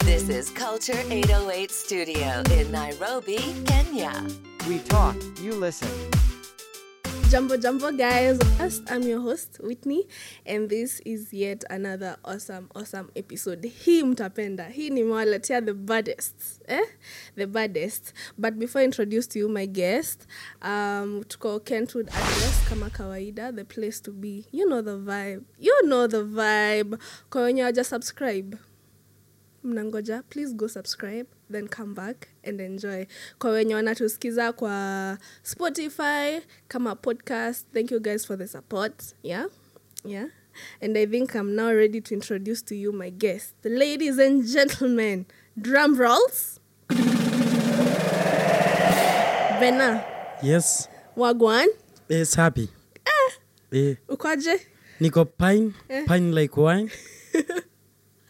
This is Culture 808 Studio in Nairobi, Kenya. We talk, you listen. Jumbo Jumbo guys, first I'm your host Whitney and this is yet another awesome awesome episode. Hii mtapenda, hii nimewaletea the baddest, eh? The baddest. But before I introduce to you my guest, um, tuko Kentwood Address kama kawaida, the place to be. You know the vibe, you know the vibe. Kwa wenye waja subscribe, mnangoja please go subscribe then come back and enjoy kwa wenye wanatusikiza kwa spotify kama podcast thank you guys for the support yeah yeah and i think i'm now ready to introduce to you my guest ladies and gentlemen drum rolls bena Yes, wagwan it's happy. Eh, ukoje niko pine, pine like wine.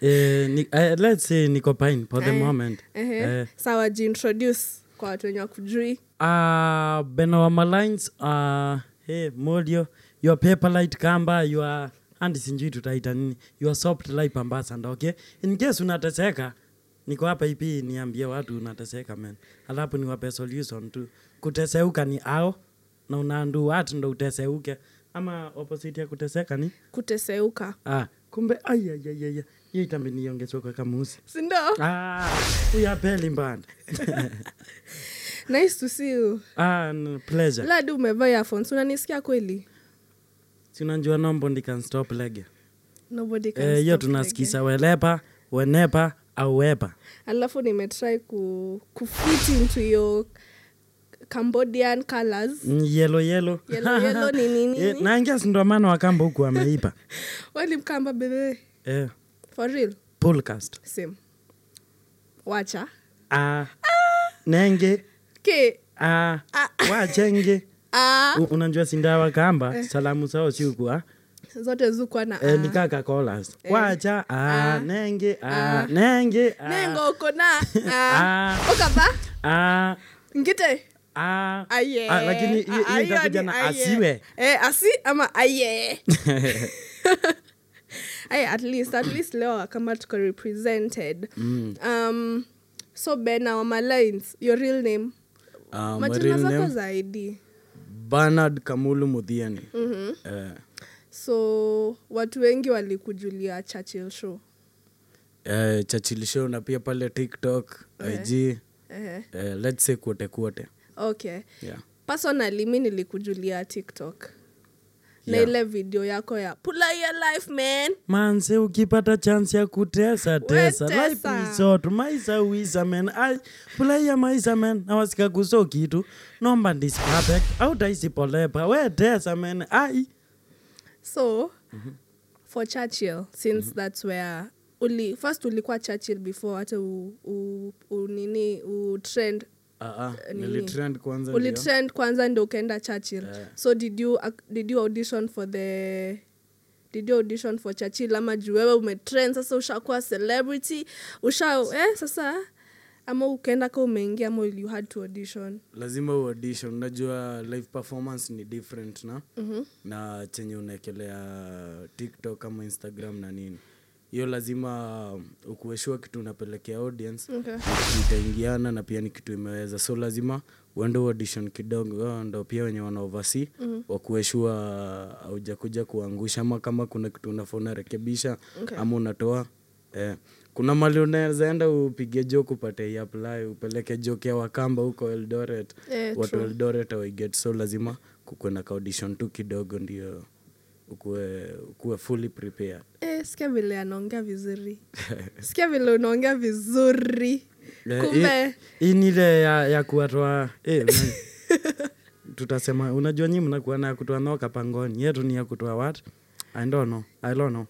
eh, ni, eh, let's say niko pine for the moment. uh-huh. Eh, sawa jiintroduce kwa watu wenye wakujui uh, Benawama lines, uh, hey, Molio, your paper light kamba, your and sinjui tutaita nini your soft life ambassador okay in case unateseka niko hapa ipi niambie watu unateseka man alafu niwape solution tu kuteseuka ni ao na unaandu watu ndo uteseuke ama opposite ya kuteseka ni kuteseuka Ah, kumbe ayayayaya hii tambi niongezwa kamusi sindo ah, uyapeli mbanda nice to see you ah, n- pleasure ladi umevaa earphones unanisikia kweli sinanjua nombo ndikan stop lege Nobody can Eh, hiyo stop tunasikisa welepa wenepa au wepa thinking. alafu nimetry ku, kufit into your cambodian colors Mm, yelo yelo Yellow, yellow ni nini? Eh, na I guess ndo maana wakamba huku ameipa walimkamba bebe eh, for real podcast same wacha ah, nenge ke ah, wachenge ah, U- unajua sindawa Eh. kamba salamu sao siukua zote zukwa na Eh, ah. ni kaka kolas Eh. wacha ah, nenge ah, nenge ah, nengo uko na ah. Ah. ukava ah, ngite ah, aye ah, lakini hiyo Ah, hiyo itakuja ni na aye. asiwe eh, asi ama aye Aye, at least at least leo kama tuko represented Mm. um, so bena wama lines your real name Ah, my majina real zako name, za id Bernard Kamulu Muthiani Eh, so watu wengi walikujulia churchill show eh, Churchill Show na pia pale TikTok IG uh-huh. eh, let's say kuote kuote okay yeah. personally mi nilikujulia tiktok na Yeah. ile video yako ya pula your life man manze ukipata chance ya kutesa tesa tesa. life isot maisa wisa men ai furahia maisa men nawasika kuso kitu nomba ndis perfect au taisipolepa we tesa men ai so for churchill since that's where uli first ulikuwa churchill before hata u, u, u, nini u trend nini? Ah, nilitrend kwanza uli ndio. trend kwanza ndio ukaenda churchill so did you, ac- did you audition for the did you audition for churchill ama juu wewe umetrend sasa ushakuwa celebrity usha eh, sasa ama ukaenda ka umeingia ama you had to audition lazima uaudition unajua live performance ni different na mm-hmm. na chenye unaekelea tiktok ama instagram na nini hiyo lazima ukueshua kitu unapelekea audience Okay. na kitu itaingiana na pia ni kitu imeweza so lazima uende audition kidogo hao ndo pia wenye wana oversee mm-hmm. wakueshua aujakuja kuangusha ama kama kuna kitu unafaa unarekebisha Okay. ama unatoa eh. kuna mali unaweza enda upige joke upate apply upeleke joke ya wakamba huko eldoret Eh, watu true. eldoret awaiget so lazima kukuwe na kaudition tu kidogo ndio ukuwe, ukuwe fully prepared eh, sikia vile anaongea vizuri sikia vile unaongea vizuri Eh, kumbe hii- hii ni ile ya, ya kuwatoa eh, na- tutasema unajua nyi mnakuwa na ya kutoa noka pangoni yetu ni ya kutoa wat i don't know i don't know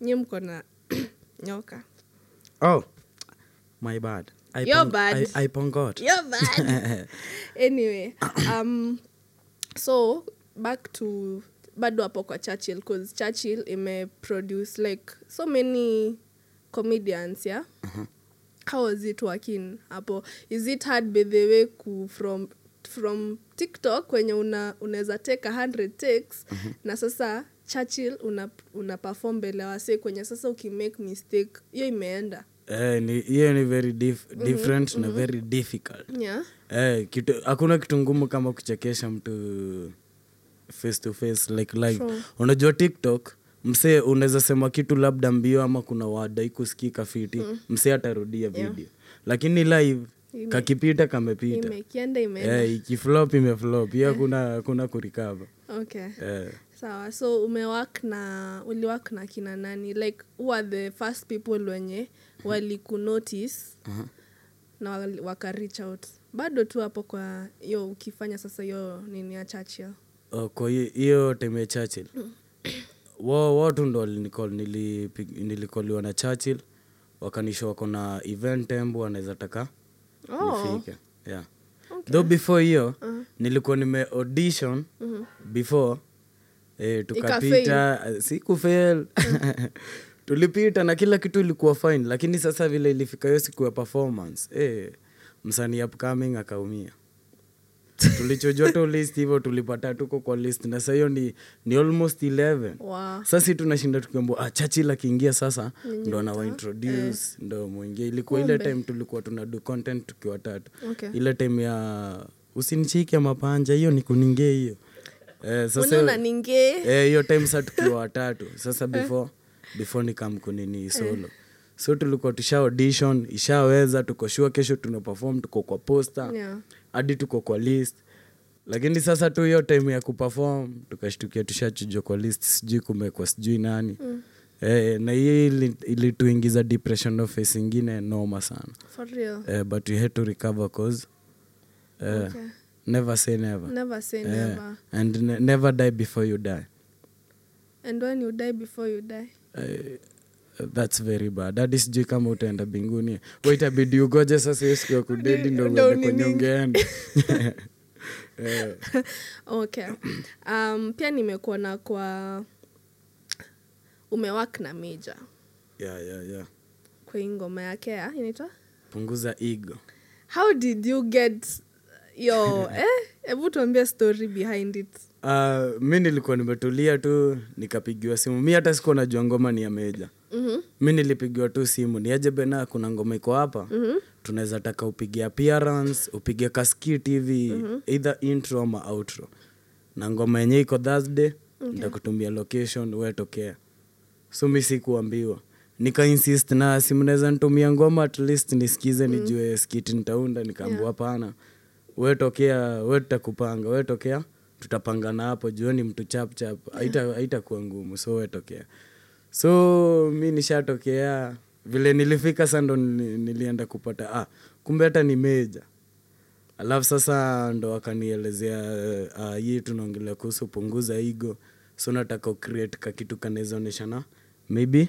nyi mko na nyoka oh my bad i, Your bad. I, I pongot You're bad. anyway um, so back to bado hapo kwa churchill cause churchill imeproduce like so many comedians yeah how was it working hapo is it hard by the way ku from from tiktok kwenye una unaweza teka 100 takes na sasa churchill una, una perform mbele ya wasee kwenye sasa ukimake mistake hiyo imeenda eh, ni- hiyo ni very dif- different na very difficult yeah eh, kitu, hakuna kitu ngumu kama kuchekesha mtu face to face like live Sure. unajua tiktok msee unaweza sema kitu labda mbio ama kuna wadai kusikika fiti msee atarudia video lakini live Ime- kakipita kamepita imekienda imeenda eh, ikiflop imeflop hiyo kuna, kuna kurikava okay eh. sawa so umewak na uliwak na kina nani like who are the first people wenye Hmm. walikunotice na wali- waka reach out bado tu hapo kwa hiyo ukifanya sasa hiyo nini ya chachia Oh, kwa hiyo- hiyo time ya Churchill wao wao tu ndo walinicall nilipig- nilikoliwa na Churchill wakanisha wako na event embu wanaweza taka oh, nifike yeah. Okay. Uh-huh. though before hiyo nilikuwa nime audition Mm-hmm. before eh, tukapita eh, sikufail tulipita na kila kitu ilikuwa fine lakini sasa vile ilifika hiyo siku ya performance eh, msanii upcoming akaumia tulichojua tu list hivyo tulipata tuko kwa list na sa hiyo ni, ni almost 11 wow. sasi tunashinda tukiambua ah, chachil akiingia sasa ndo anawaintroduce Eh. ndo mwingie ilikuwa ile time tulikuwa tunadu content tukiwa tatu Okay. ile time ya usinichike mapanja hiyo ni kuningie hiyo eh, unaona sasa ninge eh, hiyo time sa tukiwa watatu sasa before before nikamkunini solo so tulikuwa tusha audition ishaweza tuko sure kesho tuna perform tuko kwa poster Yeah. hadi tuko kwa list lakini sasa tu hiyo time ya kuperform tukashtukia tushachujwa kwa list sijui kumekwa sijui nani mm. eh, na hiyo ili- ilituingiza depression office ingine noma sana for real eh, but we had to recover cause eh, Okay. never say never, never say eh, never and ne- never die before you die and when you die before you die Eh, thats very bad hadi sijui kama utaenda binguni waitabidi ugoje sasa hiyo siku ya kudedi ndo Ndio uende kwenye unini- ungeenda Eh, okay um, pia nimekuona kwa umewak na meja yeah, yeah, yeah. kwa hii ngoma yake ya inaitwa punguza ego how did you get your eh hebu tuambie story behind it Uh, mi nilikuwa nimetulia tu nikapigiwa simu mi hata sikuwa najua ngoma ni ya meja Mhm. mi nilipigiwa tu simu ni aje bena kuna ngoma iko hapa Mhm. tunaweza taka upige appearance upige kaskit hivi Mhm. either intro ama outro na ngoma yenye iko thursday nitakutumia location wetokea so mi sikuambiwa nikainsist na si mnaweza nitumia ngoma at least nisikize nijue skiti nitaunda nikaambua hapana wetokea we tutakupanga wetokea tutapangana hapo jueni mtu chapchap haita- haitakuwa ngumu so wetokea so mi nishatokea vile nilifika sa ndo nili- nilienda kupata ah, kumbe hata ni meja alafu sasa ndo akanielezea uh, hii tunaongelea kuhusu punguza igo so nataka ucreate ka kitu kanaweza onyeshana maybe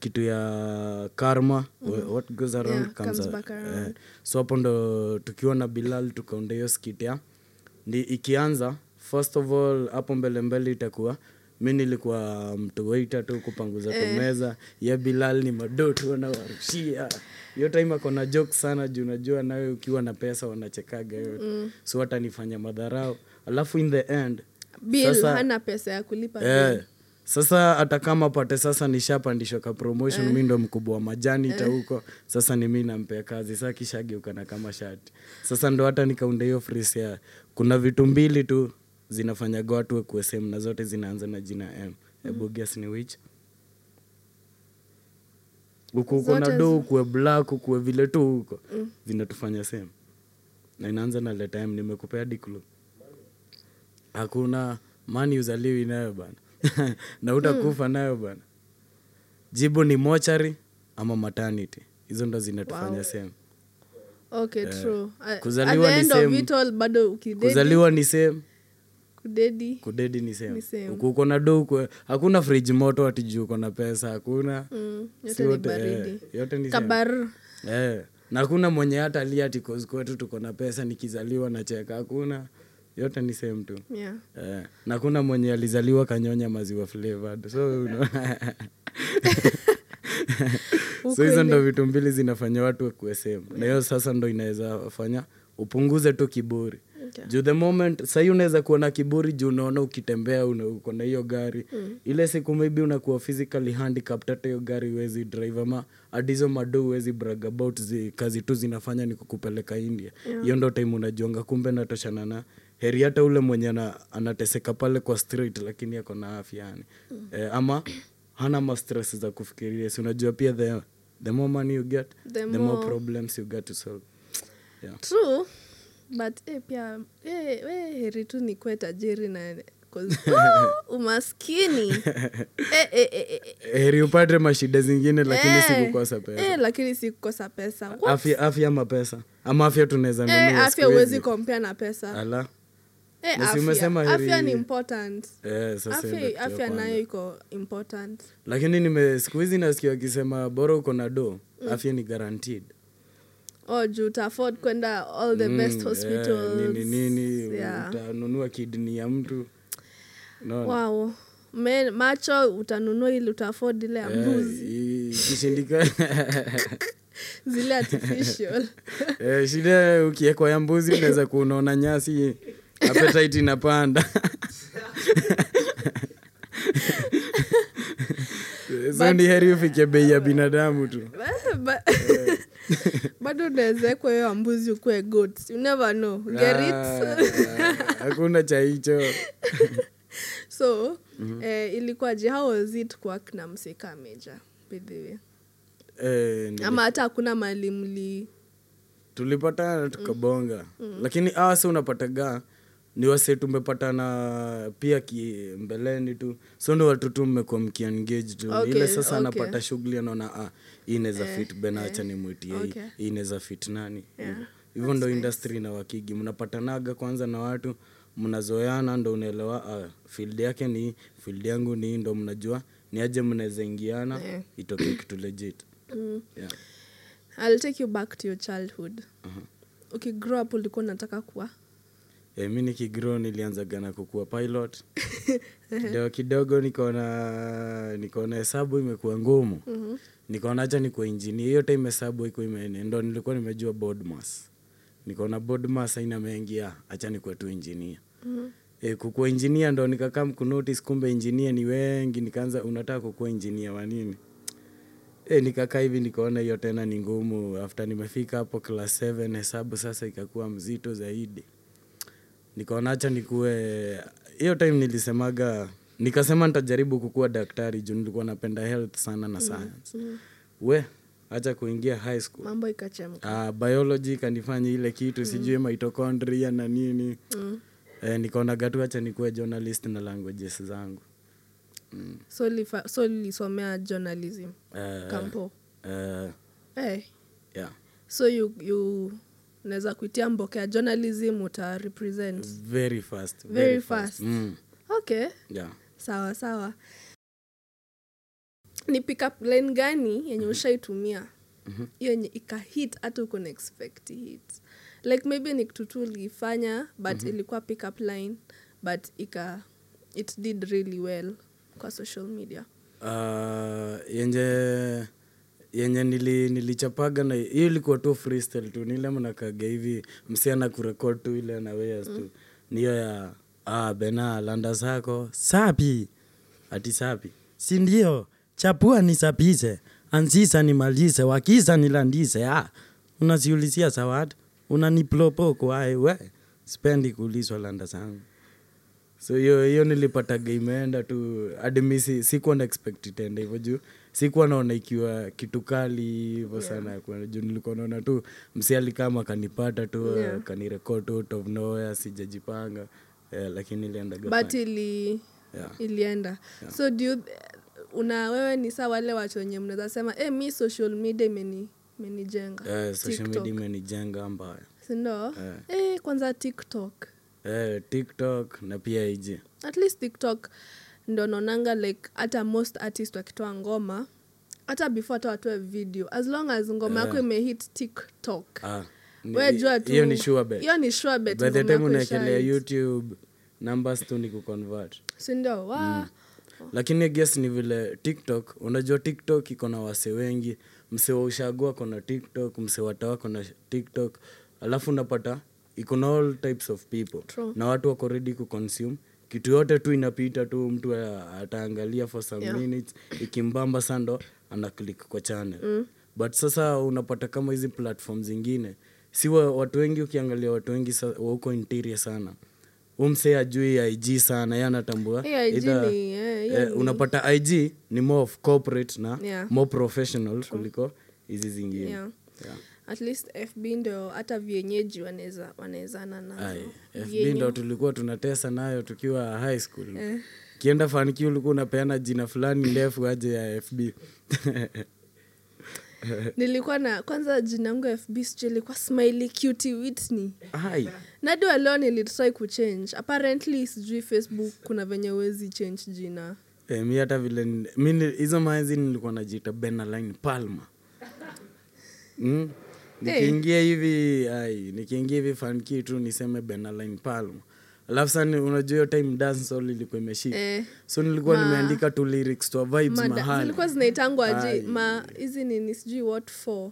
kitu ya karma wha- what goes around Mm-hmm. Yeah, comes, comes a- back eh, around. so hapo ndo tukiwa na bilal tukaunda hiyo skit ya ndi ikianza first of all hapo mbele mbele itakuwa mi nilikuwa mtu waita tu kupanguza tumeza ya bilal ni mado tu anawarushia hiyo time akona joke sana juu najua nawe ukiwa na pesa wanachekaga yote so watanifanya madharau alafu in the end bill Sasa- hana pesa ya kulipa Eh, bill. sasa hata kama pate sasa nishapandishwa ka Eh. promotion mi ndo mkubwa wa majani ta huko sasa ni mi nampea kazi saa kishageukana kama shati sasa ndo hata nikaunda hiyo fris ya kuna vitu mbili tu zinafanyaga watu wekuwe sehemu na zote zinaanza na jina Mm. m hebu guess ni which huku huko na Zote do zi- Mm. ukuwe black ukuwe vile tu huko zinatufanya sehemu na inaanza na leta m nimekupea diklu hakuna mani uzaliwi nayo bana na utakufa Hmm. nayo bana jibu ni mochari ama maternity hizo ndo zinatufanya Wow. sehemu okay true A- Eh. Kuzaliwa at the ni end of same. it all bado ukidedi kuzaliwa ni sehemu kudedi kudedi ni Ni same. sehemu uko na do ukwe- hakuna friji moto ati juu uko na pesa hakuna mm, Si yote ni wote, eh, baridi yote ni sehemu. kabar Eh, na hakuna mwenye hata alia ati "Cause kwetu tuko na pesa nikizaliwa na cheka hakuna yote ni sehemu tu yeah Eh, na kuna mwenye alizaliwa kanyonya maziwa flavored so una- so hizo ndo vitu mbili zinafanya watu wakuwe sehemu na hiyo sasa ndo inaweza fanya upunguze tu kiburi Okay. juu the moment sahii unaweza kuwa na kiburi juu unaona ukitembea una- uko na hiyo gari mm. ile siku maybe unakuwa physically handicapped hata hiyo gari huwezi drive ama adizo mado huwezi brag about zi, kazi tu zinafanya ni kukupeleka india hiyo ndo time unajuanga kumbe natoshana na heri hata ule mwenye ana- anateseka pale kwa street lakini ako na afya yani mm. eh, ama hana mastres za kufikiria si unajua pia the, the more money you get The the, the more, more- problems you get to solve yeah. true but eh, pia eh, we heri tu ni kwe tajiri na 'cause, oh, umaskini eh, eh, eh, eh, eh. heri upate mashida zingine lakini Eh, sikukosa pesa eh, lakini sikukosa pesa What? afya, afya ama pesa ama afya tunaweza eh, nunua afya siku hizi. huwezi kompea na pesa Ala. eh, na si afya. umesema heri- afya ni important Eh, sasa ile kitu afya, ya afya kwanza. nayo iko important lakini nime siku hizi nasikia wakisema bora uko na do Mm. afya ni guaranteed oh, juu utaafford kwenda all the Mm, best eh, hospitals nini nini Yeah. utanunua kidni ya mtu Unaona? wow Me, macho utanunua ili utaafod ile ya Eh, mbuzi i- ikishindika- zile artificial Eh, shida ukiekwa ya mbuzi unaweza kuwa unaona nyasi appetite inapanda so ni heri ufike bei uh, ya binadamu tu Ba- bado unawezekwa hiyo ya mbuzi ukuwe goat you never know get Ah, it hakuna cha hicho so Mm-hmm. eh, ilikuwa je how was it kuwak na msika meja by the way Eh, nili- ama hata hakuna mali mli tulipatana tukabonga Mm. lakini ah, hawa si unapatagaa ni wase tumepatana pia ki mbeleni tu so ndo watu tu mmekuwa mkiengage tu Okay, ile sasa okay. Eh, anapata shughuli anaona ah, hii inaweza fit benacha ni mwitie hii. okay. hii inaweza fit nani hivyo ndo industry na wakigi mnapatanaga kwanza na watu mnazoeana ndo unaelewa ah, field yake ni hii, field yangu ni hii ndo mnajua ni aje mnaweza ingiana Eh. itokee kitu legit yeah. Mm, I'll take you back to your childhood ukigrow up ulikuwa unataka kuwa e, mi nikigro nilianzaga na kukuwa pilot kidogo kidogo nikaona nikaona hesabu imekuwa ngumu mm-hmm. nikaona hacha nikuwa injinia hiyo time hesabu iko ndo nilikuwa nimejua board mass nikaona board mass haina mengi ah, acha nikuwa tu injinia mm-hmm. e, kukuwa injinia ndo nikakaa kunotice kumbe injinia ni wengi nikaanza unataka kukuwa injinia wa nini E, nikakaa hivi nikaona hiyo tena ni ngumu after nimefika hapo class 7 hesabu sasa ikakuwa mzito zaidi nikaona hacha nikuwe hiyo time nilisemaga nikasema nitajaribu kukuwa daktari juu nilikuwa napenda health sana Mm, na science we hacha kuingia high school mambo ikachemka uh, biology kanifanya ile Mm. kitu sijui mitochondria na nini mm. eh, nikaona gatu hacha nikuwe journalist na languages zangu so lifa- so lilisomea journalism Eh, kampo eh, hey. yeah. so you, you naweza kuitia mbokea journalism uta represent very fast Very fast. Mm. okay yeah sawa sawa ni pick up line gani yenye ushaitumia Mhm. hiyo yenye ikahit hata uko na expect hit like maybe ni kitu tu uliifanya but Mhm. ilikuwa pick up line but ika it did really well kwa social media uh, yenye yenye nili, nilichapaga na hiyo ilikuwa tu freestyle tu nile mnakaga hivi msiana kurekod tu ile nawea tu niyo ya ah, bena landa zako sapi ati sapi si ndio chapua nisapise ansisa nimalize wakisa nilandise ah. unasiulizia sawat unaniplopokoae we spendi kuulizwa landa zangu so hiyo hiyo nilipataga imeenda tu hadi mi si- sikuwa na expect itende hivyo juu sikuwa naona ikiwa kitu kali hivyo sana kwa- juu nilikuwa naona tu msiali kama akanipata tu yeah. kanirekod out of nowhere sijajipanga eh, lakini iliendaga but fine. ili Yeah. ilienda so do you, una wewe ni saa wale watu wenye mnaweza sema eh mi social media imeni imenijenga Eh, social TikTok." media imenijenga mbaya sindo eh, kwanza tiktok eh, tiktok na pia ig at least tiktok ndo naonanga like hata most artist wakitoa ngoma hata before hata watoe video as long as ngoma yako imehit tiktok Ah, ni- we jua tu hiyo ni sure bet. hiyo ni sure bet by the ngoma time yako unaekelea ishahit. youtube numbers tu ni kuconvert sindo wa Mm. lakini guess ni vile tiktok unajua tiktok iko na wase wengi mse wa ushago ako na tiktok mse watawa ako na tiktok alafu unapata iko na all types of people True. na watu wako ready kuconsume kitu yote tu inapita tu mtu a- ataangalia for some Yeah. minutes ikimbamba sando ana click kwa channel mm. but sasa unapata kama hizi platform zingine si wa- watu wengi ukiangalia watu wengi sa- wa huko interior sana umse ajui ig sana ye anatambua Hey, IG either- ni- eh, hiyo eh, ni- unapata ig ni more of corporate na Yeah. more professional kuliko hizi zingine Yeah. Yeah. at least fb ndo hata vienyeji wanaweza wanaezana Aye, nazo FB Vienye- ndo tulikuwa tunatesa nayo tukiwa high school Eh. kienda faniki ulikuwa unapeana jina fulani ndefu aje ya fb nilikuwa na kwanza jina yangu ya fb sijui ilikuwa smiley cutie whitney Ai, nado aleo nilitry kuchange apparently sijui facebook kuna venye uwezi change jina eh, mi hata vile ni- mi ni- hizo maenzi nilikuwa najiita benaline palma mm? nikiingia hivi ai, nikiingia hivi faniki tu niseme benaline palma alafu sana unajua hiyo time dancehall ilikuwa imeshika Eh, so nilikuwa ma- nimeandika tu lyrics to vibes mada- mahali zilikuwa zinaitangwa Ai. ji ma hizi nini sijui what for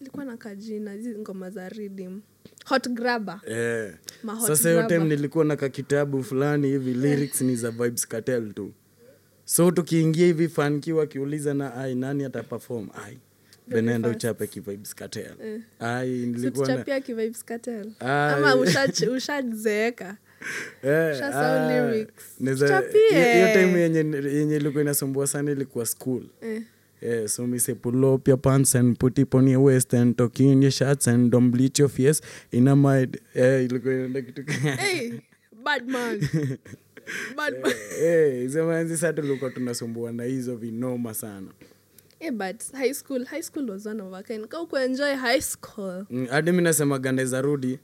ilikuwa na kajina hizi ngoma za ridim hot grabber Eh. Ma hot sasa hiyo time grabber. nilikuwa na kakitabu fulani hivi lyrics ni za vibes cartel tu so tukiingia hivi fanki wakiuliza na ai nani ata perform ai benaenda fast. Eh. uchape kivibes cartel ai nilikuwa na situchapia kivibes cartel Ai. ama ushach- ushazeeka Eh, Ushasahau ah, lyrics. naeza- Tuchapie. hiyo- hiyo time yenye yenye ilikuwa inasumbua sana ilikuwa school Eh. Yeah, so me say pull up your pants and put it on your waist and tuck in your shirts and don't bleach your face ina my eh, ilikuwa inaenda kitu ka- hey, bad man. Bad man. Eh, zemanzi saa tulikuwa tunasumbua na hizo vinoma sana Eh, but high school high school was one of a kind ka ukuenjoy high school Mm, hadi mi nasema ganeza rudi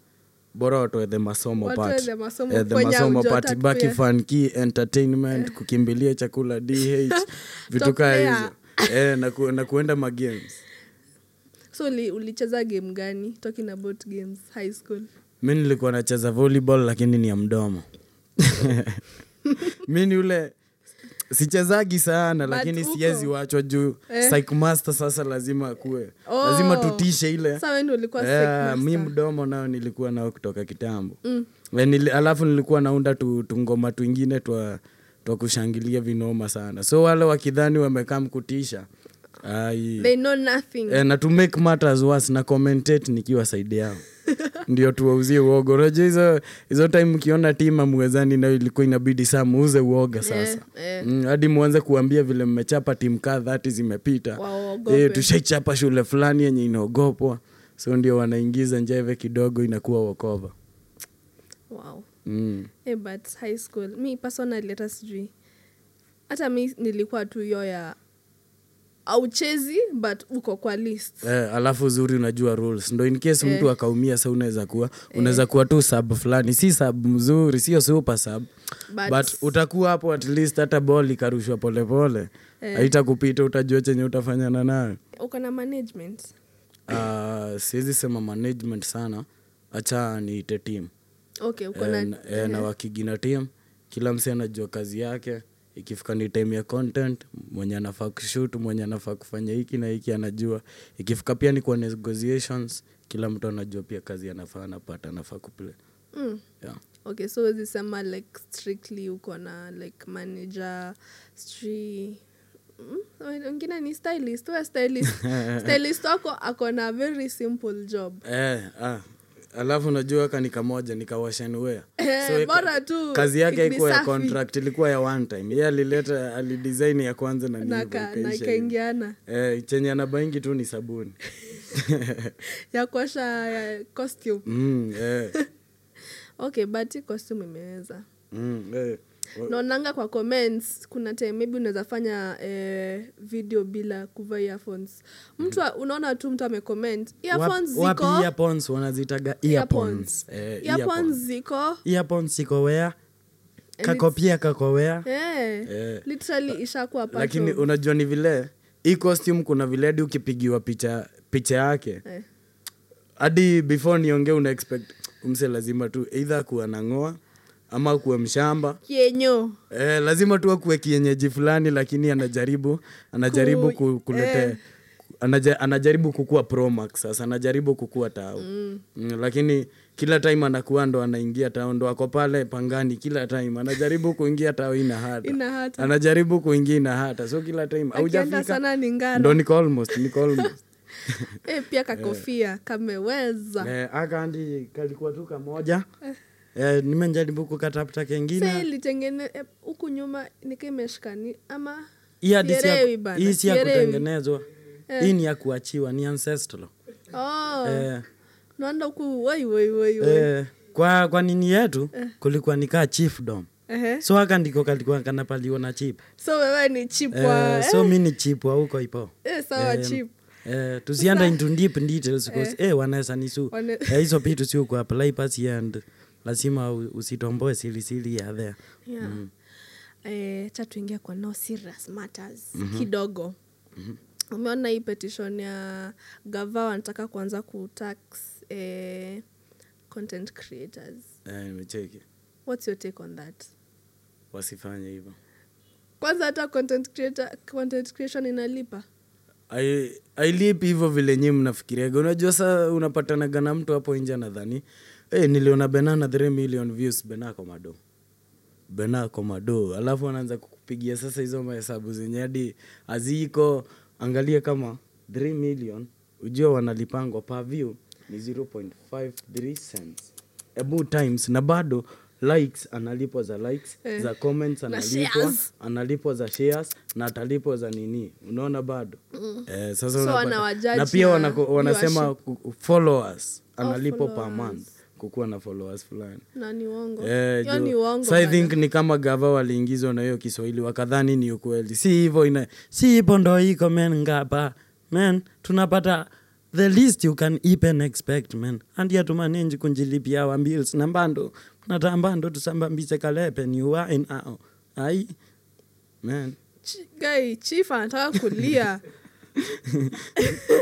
bora watoethe masomo Watoe the masomo, Eh, the kwenye masomo ujota pati baki tupia. fanki entertainment kukimbilia chakula dh vitu kaa Topea. hizo eh, na, ku, na kuenda magames so uli- ulicheza game gani talking about games high school mi nilikuwa nacheza volleyball lakini ni ya mdomo mi ni ule sichezagi sana But lakini uko. siwezi wachwa juu Eh. psych master sasa lazima akue Oh. lazima tutishe ile Sasa wewe ndio ulikuwa psych Eh, mi master. mdomo nao nilikuwa nao kutoka kitambo Eh, nili, alafu nilikuwa naunda tu, tungoma twingine twa, twa kushangilia vinoma sana so wale wakidhani wamekaa mkutisha ai they know nothing Eh, na to make matters worse na commentate nikiwa side yao ndio tuwauzie uoga unajua hizo hizo time mkiona tim amuwezani nayo ilikuwa inabidi saa muuze uoga sasa eh. Mm, hadi muanze kuambia vile mmechapa tim kaa dhati zimepita Waogope. eh, tushaichapa shule fulani yenye inaogopwa so ndio wanaingiza njeve kidogo inakuwa wokova wow mm. eh, but high school mi personally hata sijui hata mi nilikuwa tu hiyo ya auchezi but uko kwa list Eh, alafu uzuri unajua rules ndo in case mtu akaumia sa unaweza kuwa unaweza kuwa tu sub fulani si sub mzuri sio super sub But- but, utakuwa hapo at least hata bol ikarushwa polepole haitakupita utajua chenye utafanyana nayo uko na management uh, siwezi sema management sana hacha niite team okay uko eh, na na, eh, na wakigina team kila msi anajua kazi yake ikifika ni time ya content mwenye anafaa kushut mwenye anafaa kufanya hiki na hiki anajua ikifika pia ni kwa negotiations kila mtu anajua pia kazi anafaa anapata anafaa kuplay mm. yeah. okay so wezi sema like strictly uko na like manager sijui Mm, wengine ni stylist we stylist stylist wako ako na very simple job eh, ah. alafu unajua kanika moja nikawashanwea Eh, bora tu kazi yake ni haikuwa ya safi. contract ilikuwa ya one time ye alileta alidesign ya kwanza na na niivo, ka- na ikaisha hivyo. ikaingiana eh, chenye anabaingi tu ni sabuni ya kuosha ya costume mm, eh. okay but hii costume imeweza Mm, eh. Wa- naonanga kwa comments kuna time maybe unaweza fanya eh, video bila kuvaa earphones mtu wa- unaona tu mtu amecomment earphones Wap- wapi ziko earphones wanazitaga earphones. earphones Eh, earphones ziko earphones iko wea it's- kakopia kakowea eh, Eh. literally ishakuwa part lakini of- unajua ni vile hii costume kuna vile hadi ukipigiwa picha picha yake eh, hadi before niongee una expect umse lazima tu eidha kuwa nangoa ama akuwe mshamba kienyo eh, lazima tu akuwe kienyeji fulani lakini anajaribu anajaribu Ku- ku, kulete eh. anaja, anajaribu kukua promax sasa anajaribu kukua tao mm. lakini kila time anakuwa ndo anaingia tao ndo ako pale pangani kila time anajaribu kuingia tao ina hata Ina hata. anajaribu kuingia ina hata so kila time akienda haujafika sana ni ngara ndo niko almost niko almost Eh, pia kakofia kameweza eh, akandi kalikuwa tu kamoja eh, nimejaribu kukatafuta sa kengine ilitengene eh, huku nyuma nikaimeshikani ama Hii hadi si ya- Sielewi bana, hii si ya sielewi. kutengenezwa hii ni ya kuachiwa ni ancestral oh, eh, naenda huku waiwaiwaiwai eh, kwa kwa nini yetu kulikuwa nikaa chiefdom Eh. so aka ndiko kalikuwa kanapaliwa na chip so wewe ni chipwa eh, so mi ni chipwa huko ipo eh, sawa em, chip eh, tusiende into deep details because eh, wanaweza nisu Wane- eh, hizo pitu sio kuapply pasi and lazima u- usitomboe silisili ya there mm. yeah. eh, cha tuingia kwa no serious matters Mhm. kidogo umeona hii petition ya gava wanataka kuanza kutax eh, content creators eh, nimecheki whats your take on that wasifanye hivyo kwanza hata content, creator, content creation inalipa Ai- ailipi hivyo vile nyii mnafikiriaga unajua saa unapatanaga na mtu hapo nje nadhani hey, niliona bena na 3 million views bena ako mado bena ako mado alafu anaanza kukupigia sasa hizo mahesabu zenye hadi aziko angalia kama 3 million ujua wanalipangwa per view ni 0.53 cents ebu times na bado likes analipwa za likes Eh. za comments Na analipwa shares. analipwa za shares na atalipwa za nini unaona bado eh, sasa Mm. So unapata- wanawajudge na pia na wanako- wanasema viewership. ku- followers analipwa per followers. month kukuwa na followers fulani na ni uongo Eh, Hiyo juu- ni uongo so I bana. think ni kama gava waliingizwa na hiyo kiswahili wakadhani ni ukweli si hivyo ina si hipo ndo iko men ngapa men tunapata the least you can even expect men andiatumanenji kunjilipia wa bills na mbando natambando tusambambise kalepe ni uwain ao ai man Chi- guy chief anataka kulia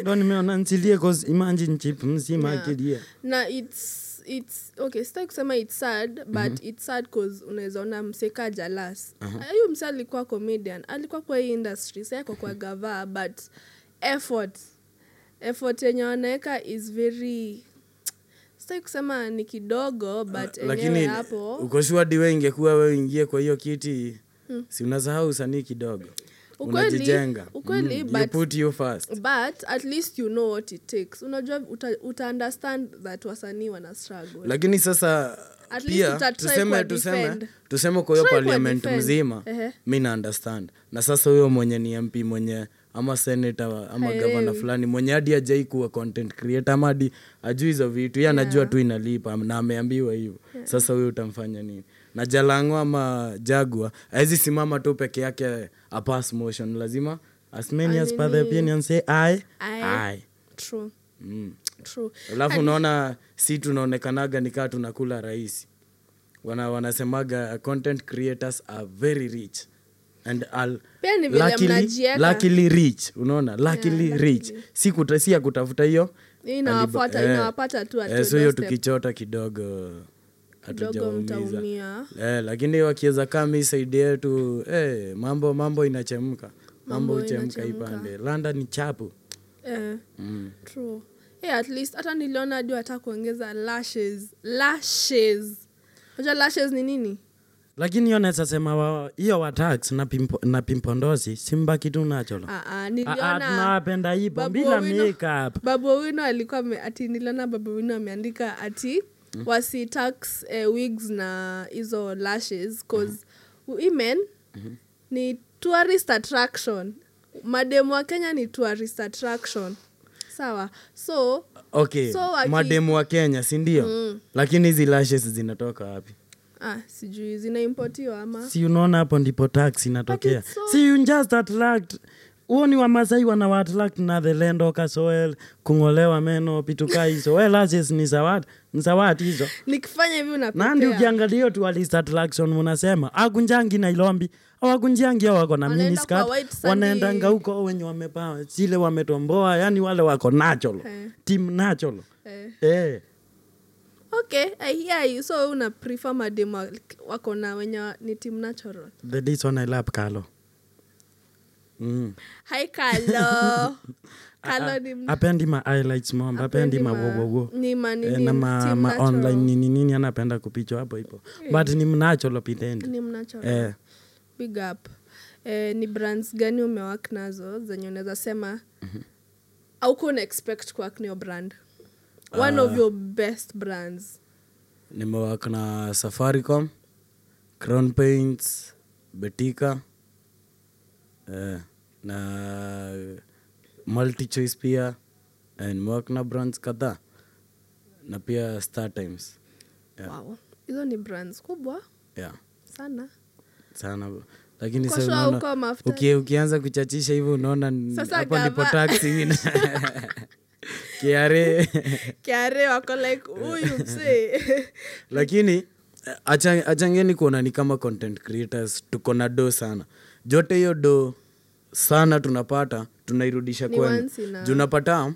ndo nimeona nsilie cause imagine chip mzima Yeah. akilia na its its okay sitaki kusema its sad but Mhm. its sad cause unaweza ona mseka jalas huyu mse alikuwa comedian alikuwa kwa hii industry saako kwa gavaa but effort effort yenye wanaweka is very sitaki kusema ni kidogo but enyewe Ah, lakini hapo uko sure hadi we ingekuwa we ingie kwa hiyo kiti si unasahau usanii kidogo Ukweli, unajijenga ukweli, Mm, you but- put you first but at least you know what it takes unajua uta, uta understand that wasanii wana struggle lakini sasa At least pia utatry tuseme kuwa tuseme defend. tuseme kwa Try hiyo kuwa parliament defend. mzima Ehe. mi na understand na sasa huyo mwenye ni mp mwenye ama senata ama Haelewi. gavana fulani mwenye hadi ajai kuwa content creator ama hadi ajui hizo vitu ye anajua tu inalipa na ameambiwa hivyo sasa huyo utamfanya nini na jalango ama jagwa awezi simama tu peke yake a pass motion lazima as many as per the opinion say aye Aye. aye true mm. true alafu unaona si tunaonekanaga ni kaa tunakula rahisi Wana, wanasemaga content creators are very rich and are Pia ni vile luckily, mnajieka. luckily rich unaona luckily Yeah, rich luckily. si, kuta, si ya kutafuta hiyo Inawafuata- aliba- eh, inawapata tu at eh, your so hiyo doorstep. tukichota kidogo kidogo hatujawaumiza. mtaumia Eh, lakini wakiweza kaa mi saidi yetu eh, mambo mambo inachemka mambo Mambo huchemka inachemka. ipande landa ni chapu eh, true hey, at least hata niliona hadi hata kuongeza lashes lashes unajua lashes ni nini lakini hiyo naweza sema wa- hiyo watax na, pimpo, na pimpondozi simba kitu nacholo Ah, ah, Ah, ah, niliona tunawapenda hivyo, Babu bila Owino- makeup. Babu Owino alikuwa ame- ati niliona Babu Owino ameandika ati wasi tax eh, wigs na hizo lashes cause women ni tourist attraction mademu wa Kenya ni tourist attraction sawa so okay So waki- mademu wa kenya sindio mm. lakini hizi lashes zinatoka wapi ah, sijui zinaimpotiwa ama si unaona hapo ndipo tax inatokea But it's Ah. so- si you just attract uoni wamasai wana waatract na the land oka soil kung'olewa meno pituka hizo we lashes ni zawadi ni zawadi hizo nikifanya hivi nandi unapotea ukiangalia hiyo tourist attraction unasema akunjangi nairobi awakunjangi ao wako na Wanaenda kwa miniskirt white sandy. wanaendanga huko wenye wamepaa zile wametomboa yani wale wako nacholo Eh. tim nacholo Eh. eh. okay i hear you so una prefer mademu wa- wako na wenye wa- ni team natural the this one I love Carlo. Mm. hi kalo Ah, kalo ni m- apendi ma highlights mom apendi ma wowowo ni ma Eh, nini, na ma, team ma natural. Eh. online nini nini anapenda kupichwa hapo hipo but ni mnacholo pitendi Ni mnachora. eh, big up eh, ni brands gani umewak nazo zenye unaweza sema Mhm. auko una expect kuwak niyo brand one Ah. of your best brands nimewak na safaricom crown paints betika eh, na multichoice pia eh, nimewak na brands kadhaa na pia star times Yeah. wow hizo ni brands kubwa yeah sana sana bro. lakini Uko sasa sure unaona- uko mafuta? uki- ukianza kuchachisha hivyo unaona n- Sasa hapo ndipo gava. taxi ina kiare kiare wako like huyu msee lakini acha- achangeni kuona ni kama content creators tuko na do sana jote hiyo do sana tunapata tunairudisha Ni kwenu once in a- Juu unapata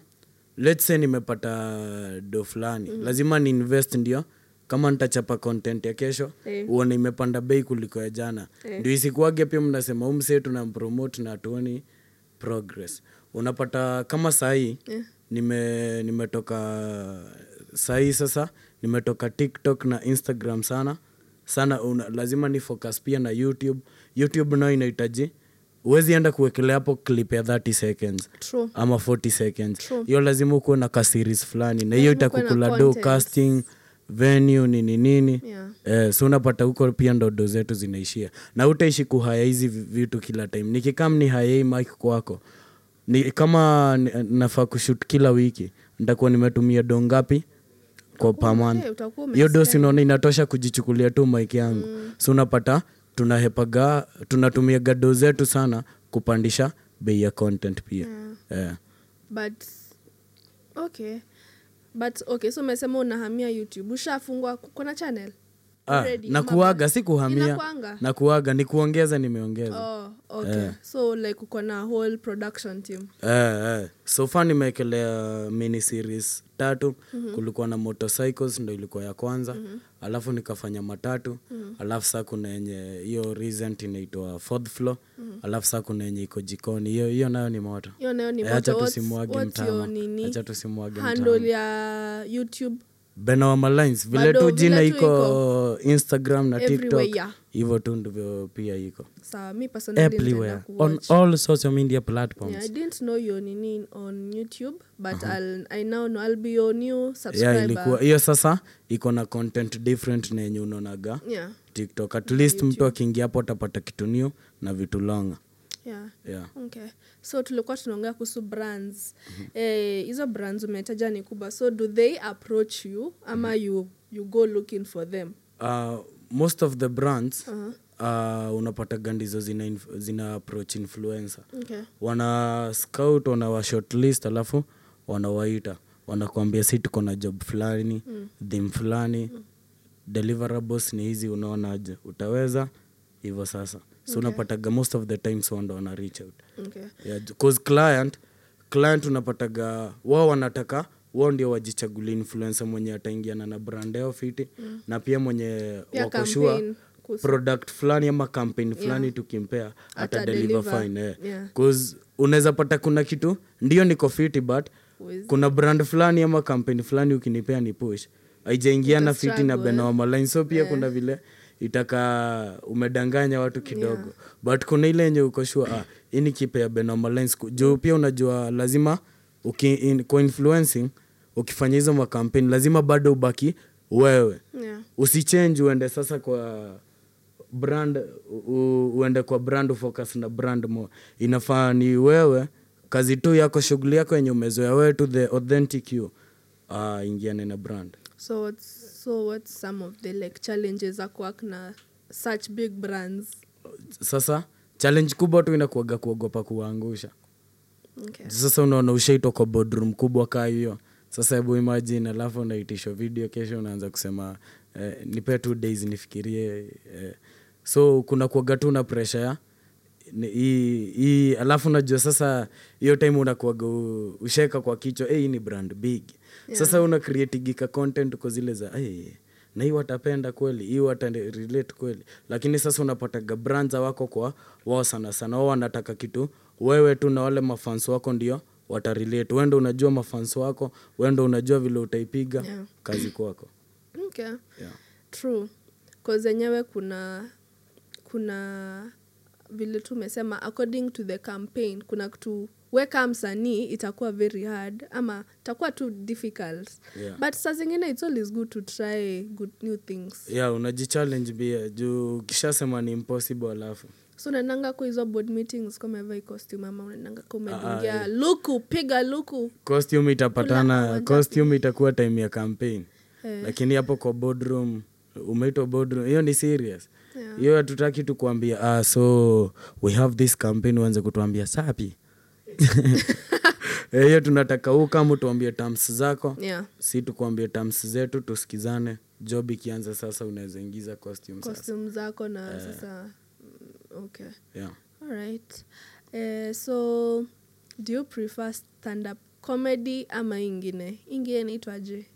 let's say nimepata do fulani Mm-hmm. lazima ni invest ndio kama nitachapa content ya kesho Eh. uone imepanda bei kuliko ya jana Eh. ndio isikuage pia mnasema huu msee tunampromote na hatuoni progress unapata kama sahii Eh. nime nimetoka sahii sasa nimetoka tiktok na instagram sana sana una, lazima ni focus pia na youtube youtube nayo inahitaji huwezi enda kuwekelea hapo clip ya 30 seconds True. ama 40 seconds True. hiyo lazima ukuwe na kaseries fulani na hiyo Lazima ukuwe na itakukula do content. casting venue nini nini Yeah. eh, so unapata huko pia ndodo zetu zinaishia na utaishi kuhaya hizi vi- vitu kila time nikikam ni hayai mik kwako ni kama ni- eh, nafaa kushut kila wiki nitakuwa nimetumia do ngapi kwa paman Eh, utakuwa ume- hiyo dosi unaona inatosha kujichukulia tu mike yangu so unapata tunahepaga tunatumia gado zetu sana kupandisha bei ya content pia Eh. yeah. but okay but okay so umesema unahamia youtube ushafungwa kuna channel Ah, Already, na ama- kuaga si kuhamia Inakuanga? na kuaga ni kuongeza nimeongeza oh, okay so like uko na whole production team Eh, eh. so far nimeekelea mini series tatu Mhm. kulikuwa na motorcycles ndo ilikuwa ya kwanza alafu nikafanya matatu Mhm. alafu saa kuna yenye hiyo recent inaitwa fourth floor Mhm. alafu saa kuna yenye iko jikoni hiyo hiyo nayo ni moto hiyo nayo ni Eh, acha moto. What's- tusimwage what's your mtama. nini? Acha tusimwage handle mtama. ya youtube benawama lines vile Bado tu vile jina tu iko instagram na Everywhere. tiktok hivyo tu ndivyo pia iko sawa mi personally everywhere nitaenda ku- on all social media platforms Yeah, I didn't know your nini on YouTube but I'll, I now know I'll be your new subscriber. Uh-huh. yeah ilikuwa hiyo sasa iko na content different na yenye unaonaga Yeah, tiktok at least mtu akiingia hapo atapata kitu new na vitu longa yeah. yeah. Okay. So tulikuwa tunaongea kuhusu brands. Eh, hizo brands umetaja ni kubwa. So do they approach you ama you you go looking for them? uh, most of the brands Uh-huh. uh, unapata gandizo zina, inf- zina approach influencer Okay. wana scout wana wa shortlist alafu wanawaita wanakuambia si tuko na job fulani mm. them fulani mm. deliverables ni hizi unaonaje utaweza hivyo sasa so okay. unapataga most of the times wando wana reach out Okay. yeah, cause client client unapataga wao wanataka wao ndio wajichagulie influencer mwenye ataingiana na brand yao fiti mm. na pia mwenye Pia wako sure campaign kuhusu- product fulani ama campaign fulani tukimpea Ata ata deliver deliver. fine eh. Yeah. cause unaweza pata kuna kitu ndio niko fiti but Huwezi. kuna brand fulani ama campaign fulani ukinipea ni push haijaingiana fiti na benaomalain so pia kuna vile itaka umedanganya watu kidogo yeah. but kuna ile yenye uko sure ah, hii ni kipe ya benaomalain juu pia unajua lazima uki, in, kwa influencing ukifanya hizo makampeni lazima bado ubaki wewe Yeah. usichange uende sasa kwa brand u- u, uende kwa brand focus na brand mo inafaa ni wewe kazi tu yako shughuli yako yenye umezoea wewe tu the authentic you uh, ingiane na brand So what's so what's some of the like challenges za kuwork na such big brands? sasa challenge kubwa tu inakuaga kuogopa kuwaangusha Okay. sasa unaona ushaitwa kwa boardroom kubwa kaa hiyo sasa hebu imagine alafu unaitishwa video kesho unaanza kusema eh, nipe two days nifikirie eh. so kuna kuaga tu na presha ya ni- hii hii- alafu unajua sasa hiyo time unakuaga u- usheka kwa kichwa eh, hii ni brand big sasa una creatigika content uko zile za hey, na hii watapenda kweli hii watarelate kweli lakini sasa unapataga brands wako kwa wao sana sana wao wanataka kitu wewe tu na wale mafans wako ndio watarelate wendo unajua mafans wako wendo unajua vile utaipiga Yeah. kazi kwako okay. yeah. true kazenyewe kuna kuna vile tumesema according to the campaign kuna kitu weka msanii itakuwa very hard ama itakuwa too difficult Yeah. but saa zingine its always good to try good new things yeah unajichallenge bia juu ukishasema ni impossible alafu so unaendanga kwa hizo board meetings kama evai costume ama unaendanga kwa Ah, umedungia luku piga luku costume Kuna itapatana wangapi? costume itakuwa time ya campaign Eh. lakini hapo kwa boardroom umeitwa boardroom hiyo ni serious Yeah. hiyo hatutaki tukuambia ah, so we have this campaign uanze kutuambia sapi Eh, hiyo tunataka huu kama tuambie tams zako yeah si tukuambie tams zetu tusikizane job ikianza sasa unaweza ingiza costume sasa costume zako na Eh. sasa mm, okay yeah. Alright. Eh, so do you prefer stand up comedy ama ingine? Ingine inaitwaje?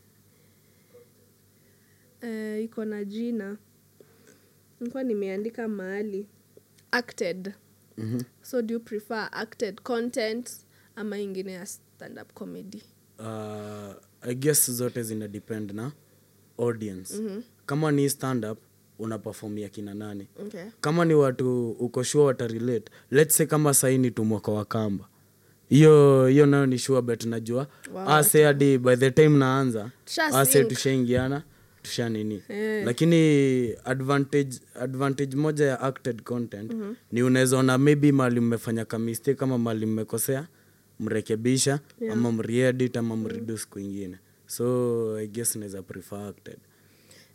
Eh, iko na jina. Nilikuwa nimeandika mahali acted. mm-hmm. So do you prefer acted content ama ingine ya stand up comedy? uh, I guess zote zina depend na audience mm-hmm. kama ni stand up unapafomia kina nani Okay. kama ni watu uko sure watarelate let's say kama saini tumwaka wa kamba hiyo hiyo nayo ni sure bet najua Wow, ase hadi by the time naanza Tusha ase sync. tushaingiana tusha nini Eh. lakini advantage, advantage moja ya acted content Mhm. mm-hmm. ni unaweza ona maybe mali mmefanya kamistake kama mali mmekosea mrekebisha yeah. ama mreedit ama mreduce kwingine so i guess naweza prefer acted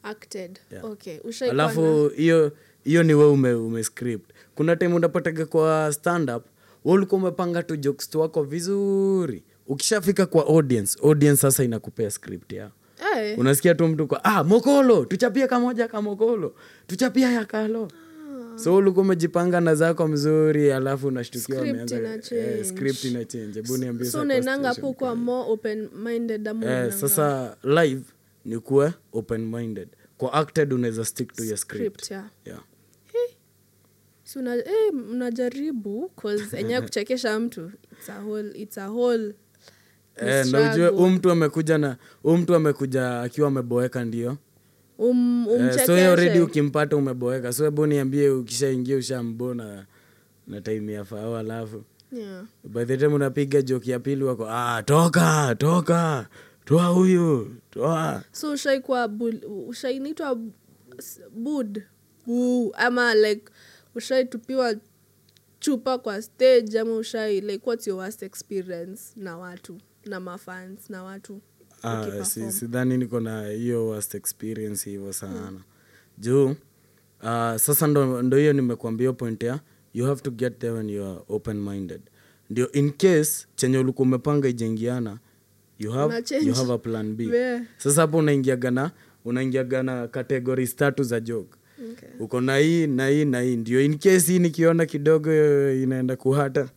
Acted. Yeah. Okay. Ushaikuwa na- alafu hiyo hiyo ni we ume, ume script kuna time unapataga kwa standup we ulikuwa umepanga tu jokes tu wako vizuri ukishafika kwa audience audience sasa inakupea script yao Eh, unasikia tu mtu kwa ah, mokolo tuchapia kamoja kamokolo tuchapia yakalo Ah. so we ulikuwa umejipanga na zako mzuri alafu unashtukia Script wameanza- ina eh, script change. ina change hebu niambie so sasa unaendanga hapo constitution kwa more open minded ama eh, unaendanga- sasa live ni kuwa open minded kwa acted unaweza stick to your script, Script, yeah. Yeah. si una, eh, unajaribu cause enyewe kuchekesha mtu it's a whole, it's a whole Eh, na struggle. ujue huu mtu amekuja na huu mtu amekuja akiwa ameboeka ndio um, eh, so yeye already umchekeshe. ukimpata umeboeka so hebu niambie ukishaingia ushaambona na time ya fao alafu Yeah. by the time unapiga joki ya pili wako ah, toka toka toa huyu toa so ushaikwa bul- ushainitwa b- s- bud Buu, ama like ushaitupiwa chupa kwa stage ama ushai like what's your worst experience na watu na mafans na watu Ah, si- ukiperform? sidhani niko na hiyo worst experience hivyo sana juu ah, sasa ndo ndo hiyo nimekuambia hiyo point ya you have to get there when you are open minded ndio in case chenye ulikuwa umepanga ijengiana you Una have, change. you have a plan b Yeah. sasa hapo unaingiaga na unaingiaga na categories tatu za joke okay. uko na hii na hii na hii ndio in case hii nikiona kidogo eh, inaenda kuhata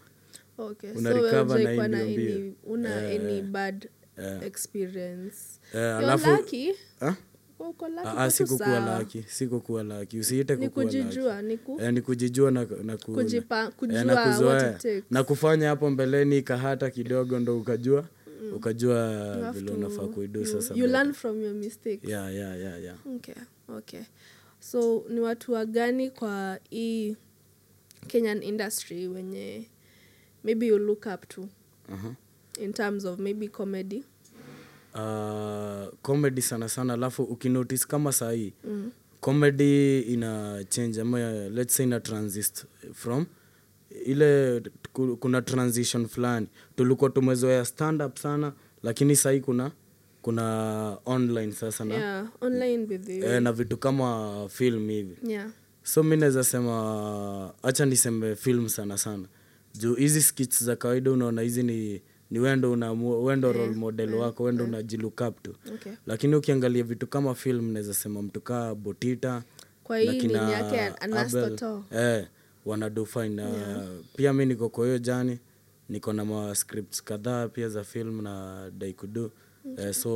Okay, Una so wewe recover na hujaikuwa hii na ndio mbio. any- una Eh, any bad eh. experience Eh, You're alafu- lucky. Ah? Uko lucky, Ah, uko ah, tu sikukuwa sawa. laki sikukuwa laki usiite Ni kukuwa kujijua, lucky. ni ku- Eh, ni kujijua na, na, ku, eh, Kujipa- kujua na what it kuzoea. takes. na kufanya hapo mbeleni ikahata kidogo ndo ukajua ukajua vile unafaa kuidu Mm. You- sasa you mbele. learn from your mistakes. yeah, yeah, yeah, yeah. Okay, okay. so ni watu wagani kwa hii kenyan industry wenye maybe you look up to Aha. in terms of maybe comedy Ah, comedy sana sana alafu ukinotice kama sahii mm. comedy ina change ama eh, let's say ina transist from ile ku- kuna transition fulani tulikuwa tumezoea stand up sana lakini sahii kuna kuna online sasa na, yeah, online with you. eh, na vitu kama film hivi yeah. so mi naweza sema hacha niseme film sana sana juu hizi skits za kawaida unaona hizi ni ni wendo una wendo role model wako wendo yeah. unajilukup tu Eh, Okay. lakini ukiangalia vitu kama film naweza sema mtu kaa botita Kwa na hii nini kina yake, Anas Abel, Toto. eh, wanadu fine na pia mi niko kwa hiyo jani niko na mascripts kadhaa pia za film na daikudu eh, so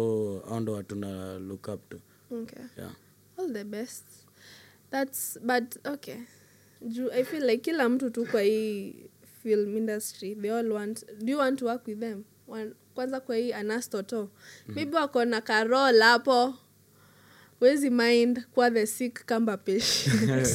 au ndo watu na look up to okay. yeah. all the best that's but okay juu i feel like kila mtu tu kwa hii film industry they all want do you want to work with them Wan- kwanza kwa hii anastoto mm. maybe wako na karol hapo wezi mind kuwa the sick kamba patient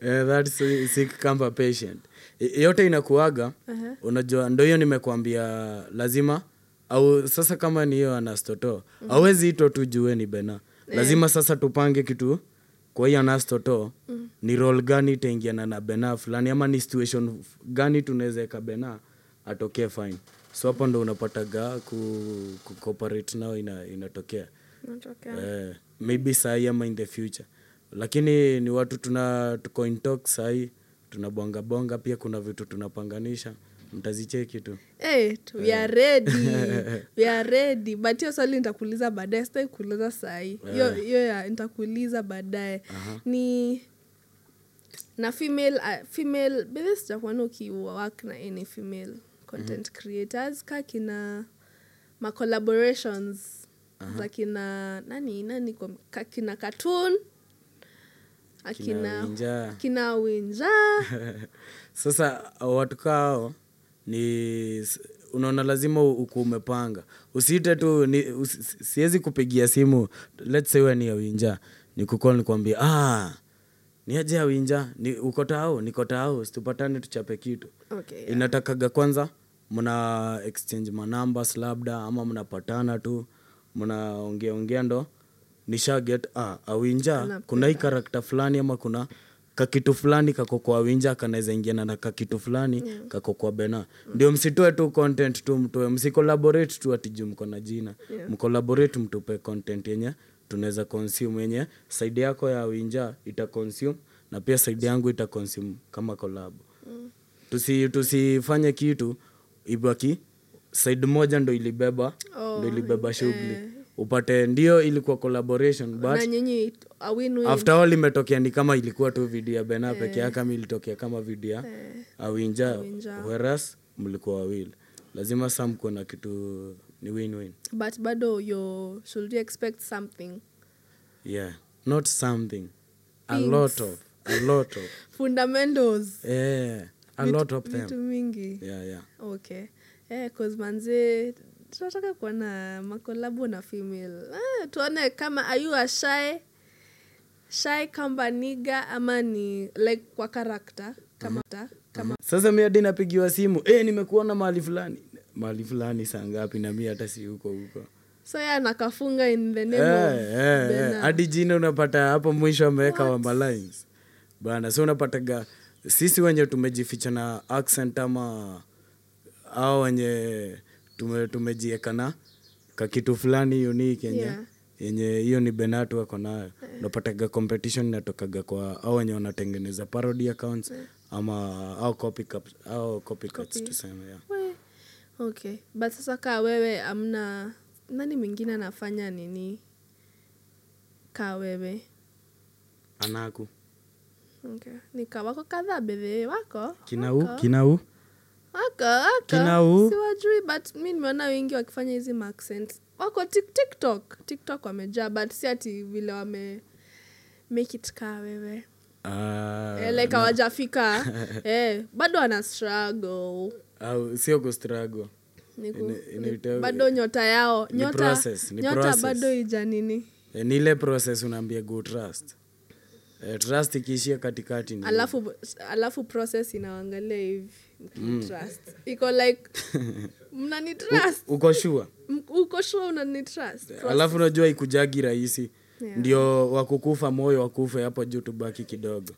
Eh, that si- sick camper patient I- yote inakuaga Aha. unajua ndo hiyo nimekuambia lazima au sasa kama ni hiyo anastoto awezi itwa tu jue ni bena lazima sasa tupange kitu kwa hiyo anastoto ni rol gani itaingiana na bena fulani ama ni situation f- gani tunaweza eka bena atokee fine so hapo ndo unapataga ku, ku cooperate nao ina, inatokea Natokea. Eh, maybe sahi ama in the future lakini ni watu tuna tuko in talk sahi tunabongabonga pia kuna vitu tunapanganisha mtazicheki tu Hey, Eh, t- we Eh. are ready. we are ready but hiyo swali nitakuuliza baadaye sitai kuuliza sahii hiyo Eh. hiyo ya nitakuuliza baadaye ni na female uh, female bedhe sijakuana ukiwak na any female content Mhm. creators ka kina ma collaborations za kina nani nani kwa- ka kina cartoon Kina akina Winja. kina winja sasa watu kao ni s- unaona lazima u- uku umepanga usiite tu ni, usi, si- siwezi kupigia simu let's say we ni awinja nikukol nikwambia ah, ni aje awinja ni, uko tao niko tao situpatane tuchape kitu okay, yeah. inatakaga kwanza mna exchange manumbers labda ama mnapatana tu mnaongea ongea ndo nishaget ah, awinja Anapenda. kuna hii karakta fulani ama kuna kakitu fulani kako kwa awinja kanaweza ingiana na kakitu fulani yeah. kako kwa bena ndio msitoe tu content tu mtoe msicolaborate tu atiju mko na jina yeah. mcollaborate mtupe content yenye tunaweza consume yenye saidi yako ya awinja ita consume na pia saidi yangu ita consume kama kolabo Mm. tusi tusifanye kitu ibaki side moja ndo ilibeba Oh, ndo ilibeba shughuli upate ndio ilikuwa collaboration na but nyinyi it- a win-win. after all imetokea ni kama ilikuwa tu video ya bena Eh. peke yake ama ilitokea kama video ya awinja Awinja. whereas mlikuwa wawili lazima sa mkuwe na kitu ni win-win but bado yo should we expect something yeah not something a Things. lot of a lot of fundamentals yeah, a Vitu- lot of vitu them mingi yeah yeah okay eh, cause manze tunataka kuona makolabu na female eh, tuone kama ayu ashae shae kamba niga ama ni like kwa karakta Mm-hmm. kama ta- kama sasa mi hadi napigiwa simu e, nimekuona mahali fulani mahali fulani saa ngapi na mi hata si huko huko so ya nakafunga in the name of Mm-hmm. Eh, eh, eh, Bena. hadi jina unapata hapo mwisho ameweka wamalines bana so unapataga sisi wenye tumejificha na accent ama au wenye tume, tumejieka na kakitu fulani unique yenye Yeah. Eh. yenye hiyo ni benatu ako nayo unapataga competition inatokaga kwa au wenye wanatengeneza parody accounts Eh. ama au copycats, au copycats tuseme yeah. We, okay but sasa kaa wewe amna nani mwingine anafanya nini kaa wewe anaku okay. nika wako kadhaa bedhee wako kinau wako, kinau wako, wako. Kina u- siwajui but mi nimeona wengi wakifanya hizi maaccent wako tik- tiktok tiktok wamejaa but si ati vile wame make it kaa wewe Ah, eh, like hawajafika eh, bado ana struggle au sio kustrago Ni ku- Ina- ni- inaita- bado nyota yao ni nyota, process, ni nyota process. bado ija nini e, ni ile process unaambia go trust e, trust ikiishia katikati ni alafu alafu process inawangalia hivi mkitrust iko like mnani trust uko sure M- uko sure unani trust alafu unajua ikujagi rahisi Yeah. ndio wakukufa moyo wakufe hapo juu tubaki kidogo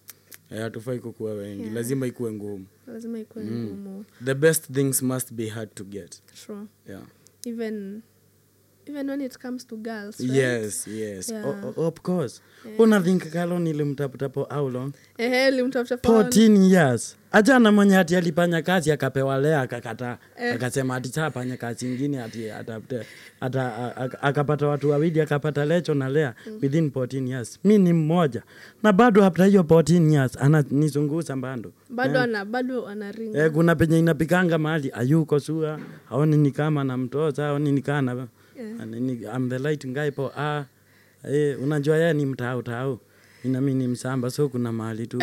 Eh, hatufai kukuwa wengi lazima ikuwe ngumu lazima ikuwe ngumu the best things must be hard to get true yeah. even even when it comes to girls right? yes yes Yeah. O- o- of course una think kalon ilimtaputapo how long ehe ulimtafuta Paul. 14 years achana mwenye ati alifanya kazi akapewa lea akakataa akasema ati sapanye kazi ingine ati atafute ata a- a- akapata watu wawili akapata lecho na lea within 14 years mi ni mmoja na bado after hiyo 14 years ananizunguza bando bado ana bado anaringa Eh, kuna penye inapikanga mahali ayuko sua aoni ni kama namtoza aoni ni kana I'm the light guy po ah, eh, unajua yeye ni mtautau inami ni msamba so kuna mahali tu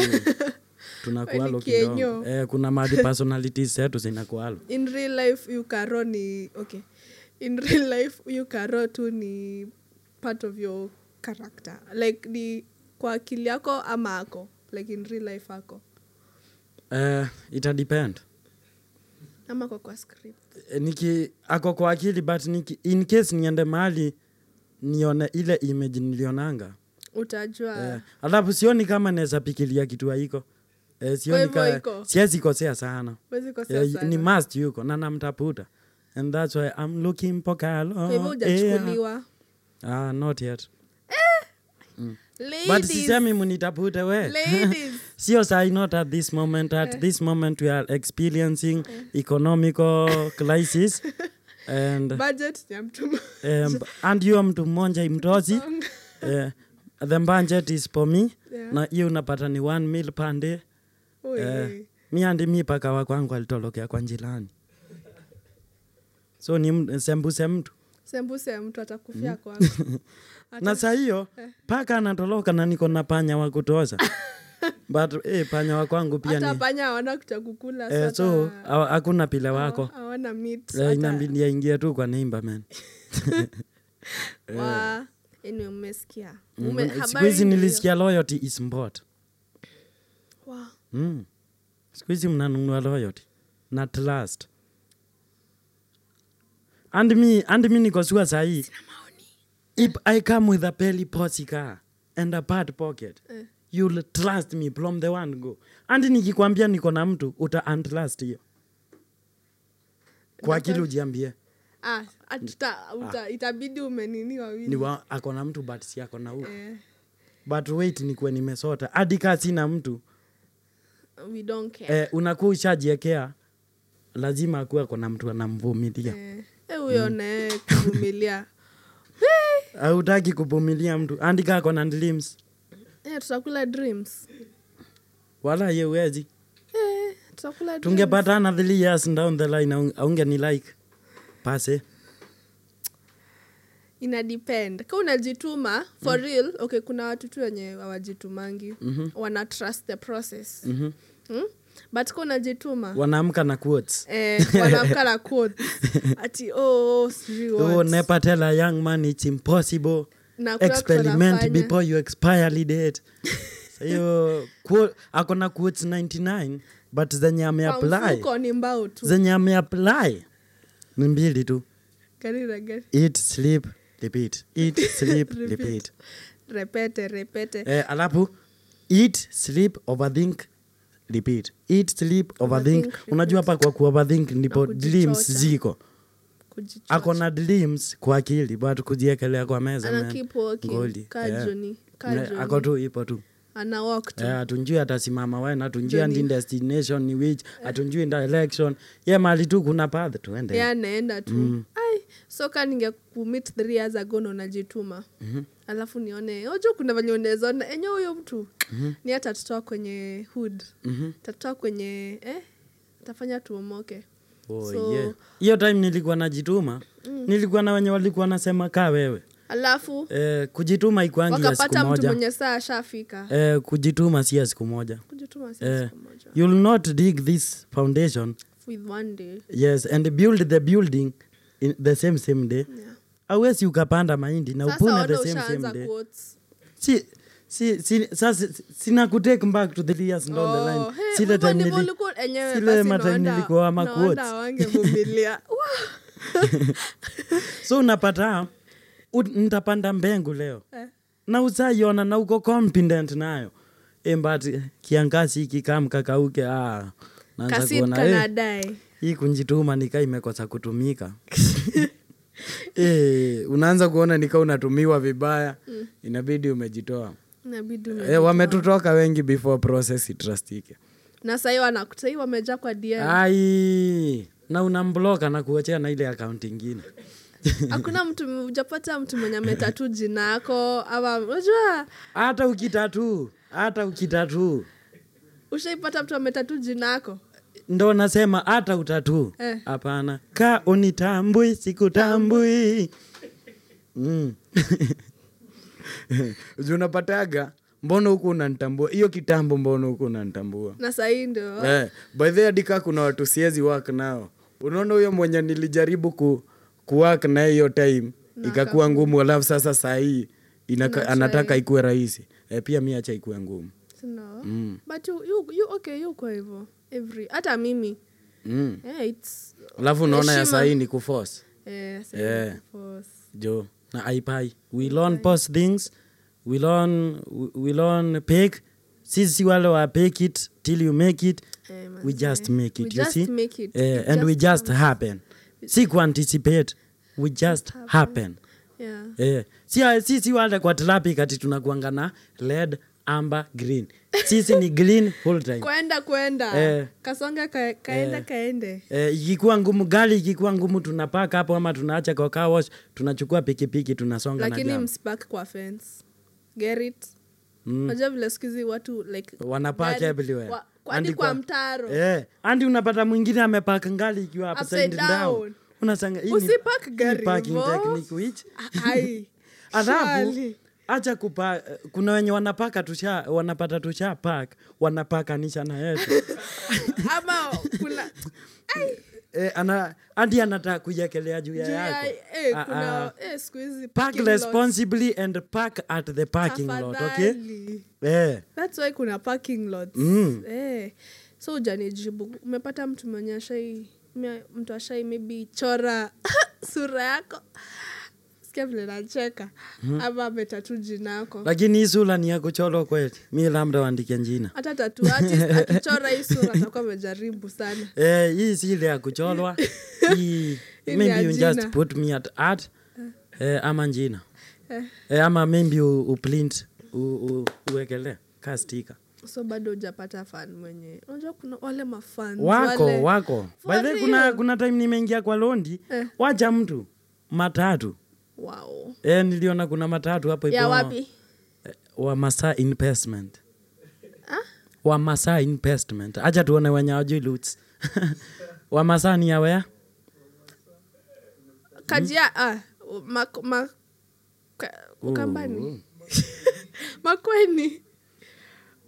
tunakualo Wali kidogo kienyo. eh, kuna mahali personalities zetu zinakualo in real life yukaro ni okay in real life yukaro tu ni part of your character like ni kwa akili yako ama ako like in real life ako eh, itadepend ama ako kwa script Eh, niki ako kwa akili but niki, in case niende mahali nione ile image nilionanga utajua Eh, alafu sioni kama naweza pikilia kitu haiko eh, sioni hivyo ka, haiko? siwezi kosea sana huwezi kosea eh, sana. ni must yuko na namtafuta and thats why I'm looking mpokalo Kwa hivyo hujachukuliwa ah, not yet but Ladies, sisemi mnitafute we ladies. Eh. sio sai not at this moment at this moment we are experiencing economical crisis and budget ya mtu um, and you are mtu mmoja mtozi uh, the budget is for me Yeah. na hiyo unapata ni one meal per day Ui. Eh, mi andi mi paka wa kwangu alitolokea kwa njilani so ni m- sembuse mtu sembuse ya mtu atakufia kwako Mm-hmm. na saa hiyo Eh. paka anatoloka na niko na panya wa kutoza but eh, panya wa kwangu pia hata ni panya Ah, hawana kuchakukula eh, so ha- hakuna pile wako hawana meat, Eh, hata- inabidi aingie tu kwa neimba man wa anyway, mmesikia Eh. Mm, Mume- siku habari hizi ni hiyo. nilisikia loyalty is mbot Wow. mm. siku hizi mnanunua loyalty na trust and mi and mi niko sure sahii if i come with a peli posika and a bad pocket you'll trust me from the one go and nikikwambia niko na mtu uta untrust hiyo kwa kile ujiambie Ah, atuta- uta- itabidi umenini wawili Ah. ni wa, ako na mtu but si ako na huko Eh. but wait nikuwe nimesota hadi kaa sina mtu we don't care eh, unakuwa ushajiekea lazima akuwe kona mtu anamvumilia Eh, eh, Mm. huyo naye kuvumilia hautaki kuvumilia mtu andika kona dreams Eh, tutakula dreams wala ye uwezi Eh, tutakula dreams. tungepatana three years down the line aung- aunge ni like pase ina depend ka unajituma Mm. for real okay kuna watu tu wenye hawajitumangi Mm-hmm. wana trust the process Mm? but ka unajituma wanaamka na quotes eh, wanaamka na quotes. ati oh, oh, sijui oh, what. never tell a young man it's impossible Na kuna kitu experiment wanafanya. before you expiry date sahiyo akona quotes 99 but zenye Kwa ameapply mfuko ni mbao tu zenye ameapply ni mbili tu Gari la gari. eat sleep repeat eat sleep Repeat. repeat repete repete eh, alafu eat sleep overthink repeat eat sleep overthink, Overthink, unajua hapa kwa kuoverthink ndipo kujichocha. dreams ziko Kujicho- akona dreams kwa akili but kujiekelea kwa meza Ana man. keep walking. Ngoli. Kaa Eh. Johnny. Kaa Eh, Johnny. ako tu ipo tu ana walk tu Eh, hatunjui atasimama wena hatunjui Johnny. andi destination ni which Eh. hatunjui direction ye mali tu kuna path tuende Yeye anaenda tu Mm. ai soka ningekumit th years ago na unajituma Mhm. alafu nione ojo kuna venye unawezaona enye huyo mtu Mhm. ni hata tutoa kwenye hood Mm. tatoa kwenye eh, tafanya tuomoke Oh, So- Mm. yeah. hiyo time nilikuwa najituma nilikuwa na wenye walikuwa nasema kaa wewe alafu eh, kujituma ikwangi ya siku wakapata mtu moja mwenye saa ashafika eh, kujituma si ya siku moja kujituma si eh, siku moja you'll not dig this foundation with one day yes and build the building in the same same day Yeah. awesi ukapanda mahindi na sasa upune the ona same same ushaanza day quotes si, si, si, sasa si- sina kutake back to the years down the line Oh, hey, sile hivyo time ndivyo nili- ulikuwa- enyewe sile basi ma time naona- nilikuwa ama naona quotes. wangevumilia. so unapata u- nitapanda mbengu leo Eh. na usaiona na uko confident nayo Eh, but eh, kiangazi ikikamkakauke ah, naanza Kasid kuona, eh, kanadai hii kunjituma nika imekosa kutumika e, unaanza kuona nika unatumiwa vibaya mm. inabidi umejitoa inabidi e, wametutoka wengi before process itrustike na sahii wanakutahii wamejaa kwa DM. Ah. ai na unambloka na kuochea na ile akaunti ingine hakuna mtu ujapata mtu mwenye ametatu jina yako ama unajua hata ukitatu hata ukitatu ushaipata mtu ametatu jina yako ndo nasema hata utatu Eh. hapana ka unitambui sikutambui mm. Ju unapataga mbona huku unanitambua hiyo kitambo mbona huku unanitambua na sahii ndo eh, by the adika kuna watu siezi work nao unaona huyo mwenye nilijaribu ku, kuwork na hiyo time ikakuwa ngumu alafu sasa sahii inaka, anataka ikuwe rahisi eh, pia mi acha ikuwe ngumu no Mm. but you, you, you, okay you kwa hivyo every hata mimi mm. eh, it's alafu unaona ya Heshima. sahii ni kuforce eh, sahii Eh. of course. jo na aipai we learn post things we learn, we- we learn pick sisi wale wa pick it till you make it Eh, we manze. just make We it you just see make it. Eh, It and we just just happen si kuanticipate we just happen yeah Eh, si- sisi wale kwa terapi kati tunakuanga na red amber green sisi ni green full time kwenda kwenda Eh. kasonga ka, kaenda kaende Eh, ikikuwa ngumu gari ikikuwa ngumu tunapaka hapo ama tunaacha kwa car wash tunachukua pikipiki tunasonga na lakini jam. mspark kwa fence gerit Mm. najua vile siku hizi watu like wanapak gari- everywhere wa- kwa- hadi kwa mtaro eh, andi unapata mwingine amepaka ngali ikiwa Upside upside down down. unasanga hii ni- Usipark hii ni gari parking hivo. technique which Ai, alafu surely. acha kupa kuna wenye wanapaka tusha wanapata tusha park wanapakanisha na yetu ama kuna eh, ana hadi anataka kuiekelea juu ya juu ya- yako eh, Ah, ah. kuna eh, siku hizi park parking lots. responsibly and park at the parking lot okay Tafadhali. eh, That's why kuna parking lots Mm. eh. so ujanijibu umepata mtu mwenye ashai mia- mtu ashai maybe chora sura yako sikia vile nacheka Mm-hmm. ama ametatu jinako lakini hii sura ni ya kuchorwa kweli mi labda waandike njina hata tatu artist akichora hii sura atakuwa amejaribu sana Eh, hii si ile ya kucholwa Hii- Ile maybe ya you just jina. put me at art eh, ama njina eh, ama maybe u, uprint u, u, uwekele kastika so bado ujapata fan mwenye unajua kuna wale mafan wako wale. wako For bahe real? kuna, kuna time nimeingia kwa londi Eh. wacha mtu matatu wow. eh, niliona kuna matatu hapo ya ipo- Eh, wapi wa masaa investment Ah? wa masaa investment acha tuone wenye wajui loots wa masaa ni yawea kajia ah, ma, ma, ka, Mm. ukambani makweni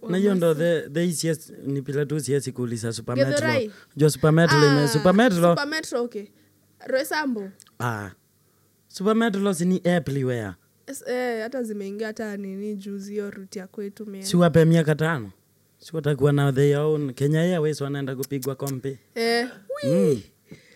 na hiyo ndo the, the easiest ni pila tu siesi kuuliza supermetro Githurai. jo supermetro ime Ah, supermetro Supermetro, okay. Roysambu. ah supermetro sini everywhere Es- eh, hata zimeingia hata nini juzi hiyo ruti ya kwetu man. si wape miaka tano si watakuwa na their own kenya airways wanaenda kupigwa kompe Mm. Eh, wi-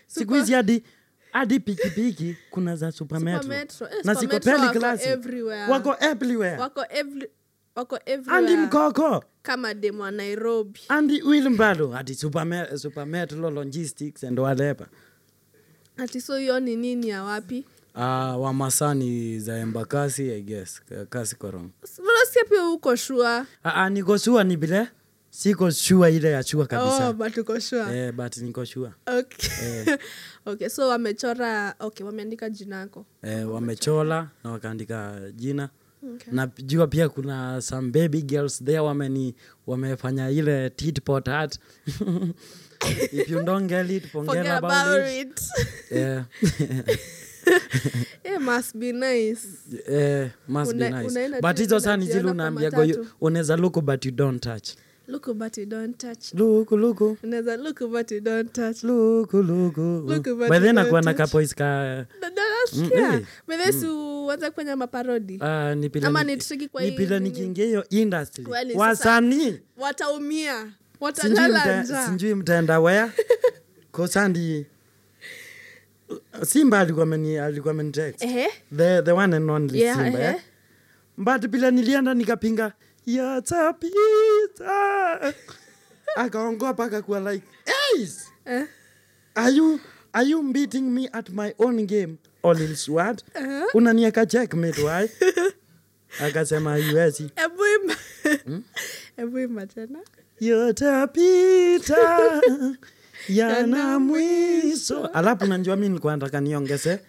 siku hizi hadi hadi pikipiki kuna za supermetro Supermetro, eh, na Supermetro ziko peli wako classic. everywhere. wako everywhere wako every- wako andi everywhere mkoko kama demu wa nairobi andi wilmbalo ati superme- supermetro logistics and whatever ati so hiyo ni nini ya wapi uh, Ah, wamasani za embakasi i guess kasi korong nasikia pia huko shua Ah, ah, niko sure ni vile siko sure ile ya sure kabisa oh, but uko shua eh, but niko sure okay. okay so wamechora okay wameandika jinako eh, wamechola na wakaandika jina Okay. na jua pia kuna some baby girls there wameni wamefanya ile tit pot art if you don't get it forget Forget about, about it. it, Eh, Eh, must be nice eh, must be Una- nice unaenda but tu hizo saa ni zile unajiona kwa unaambiaga you- matatu. unaweza look but you don't touch look but you don't touch luku luku unaweza look but you don't touch luku luku Look but by you then akuwa don't na touch. kapois ka Na- na- nasikia. eh. By the way, si uanze kufanya maparodi Ah, ni pile Ama ni- ni tricky kwa ni hii pile nini? nikiingia hiyo industry Kweli, sasa- wasanii wataumia Sijui watalala mta- njaa sijui mtaenda wea kosandi simba alikuwa ameni- alikuwa amenitext. Ehe. the, the one and only Yeah, simba ehe. eh? but pila nilienda nikapinga yatapita akaongoa paka kuwa like "Guys, Eh. are you, are you beating me at my own game olilswat Uh-huh. unanieka checkmate why akasema uesi Ebu ima- Mm. ebu ima tena yotapita yana mwiso alafu nanjua mi nilikuwa nataka niongeze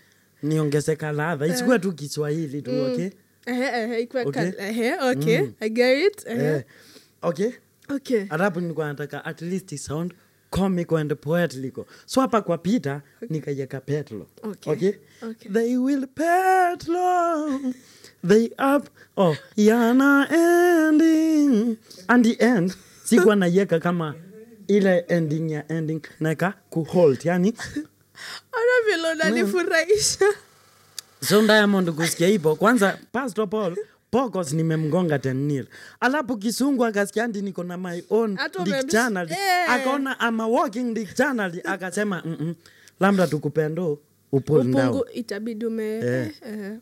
niongeze kaladha isikuwa tu kiswahili tu okay? Mm. Ehe, ehe, ikuwe Okay. Mm. kal- ehe, okay. I get it. Ehe. Eh, Ah. okay Okay. alafu nilikuwa nataka at least it sound comical and poetical so hapa kwa pita nikaiweka petlo Okay. okay? Okay. they will petlo they up oh, yana ending and the end sikuwa naieka kama ile ending ya ending naeka kuhold yani ona vile unanifurahisha so diamond kusikia hipo kwanza pastor paul pocos nimemgonga tenil alafu kisungu akasikia ndi niko na my own Hata umemsh- dictionary Eh. akaona ama walking dictionary akasema mm labda tukupendo upul ndao upungu itabidi ume Eh. eh.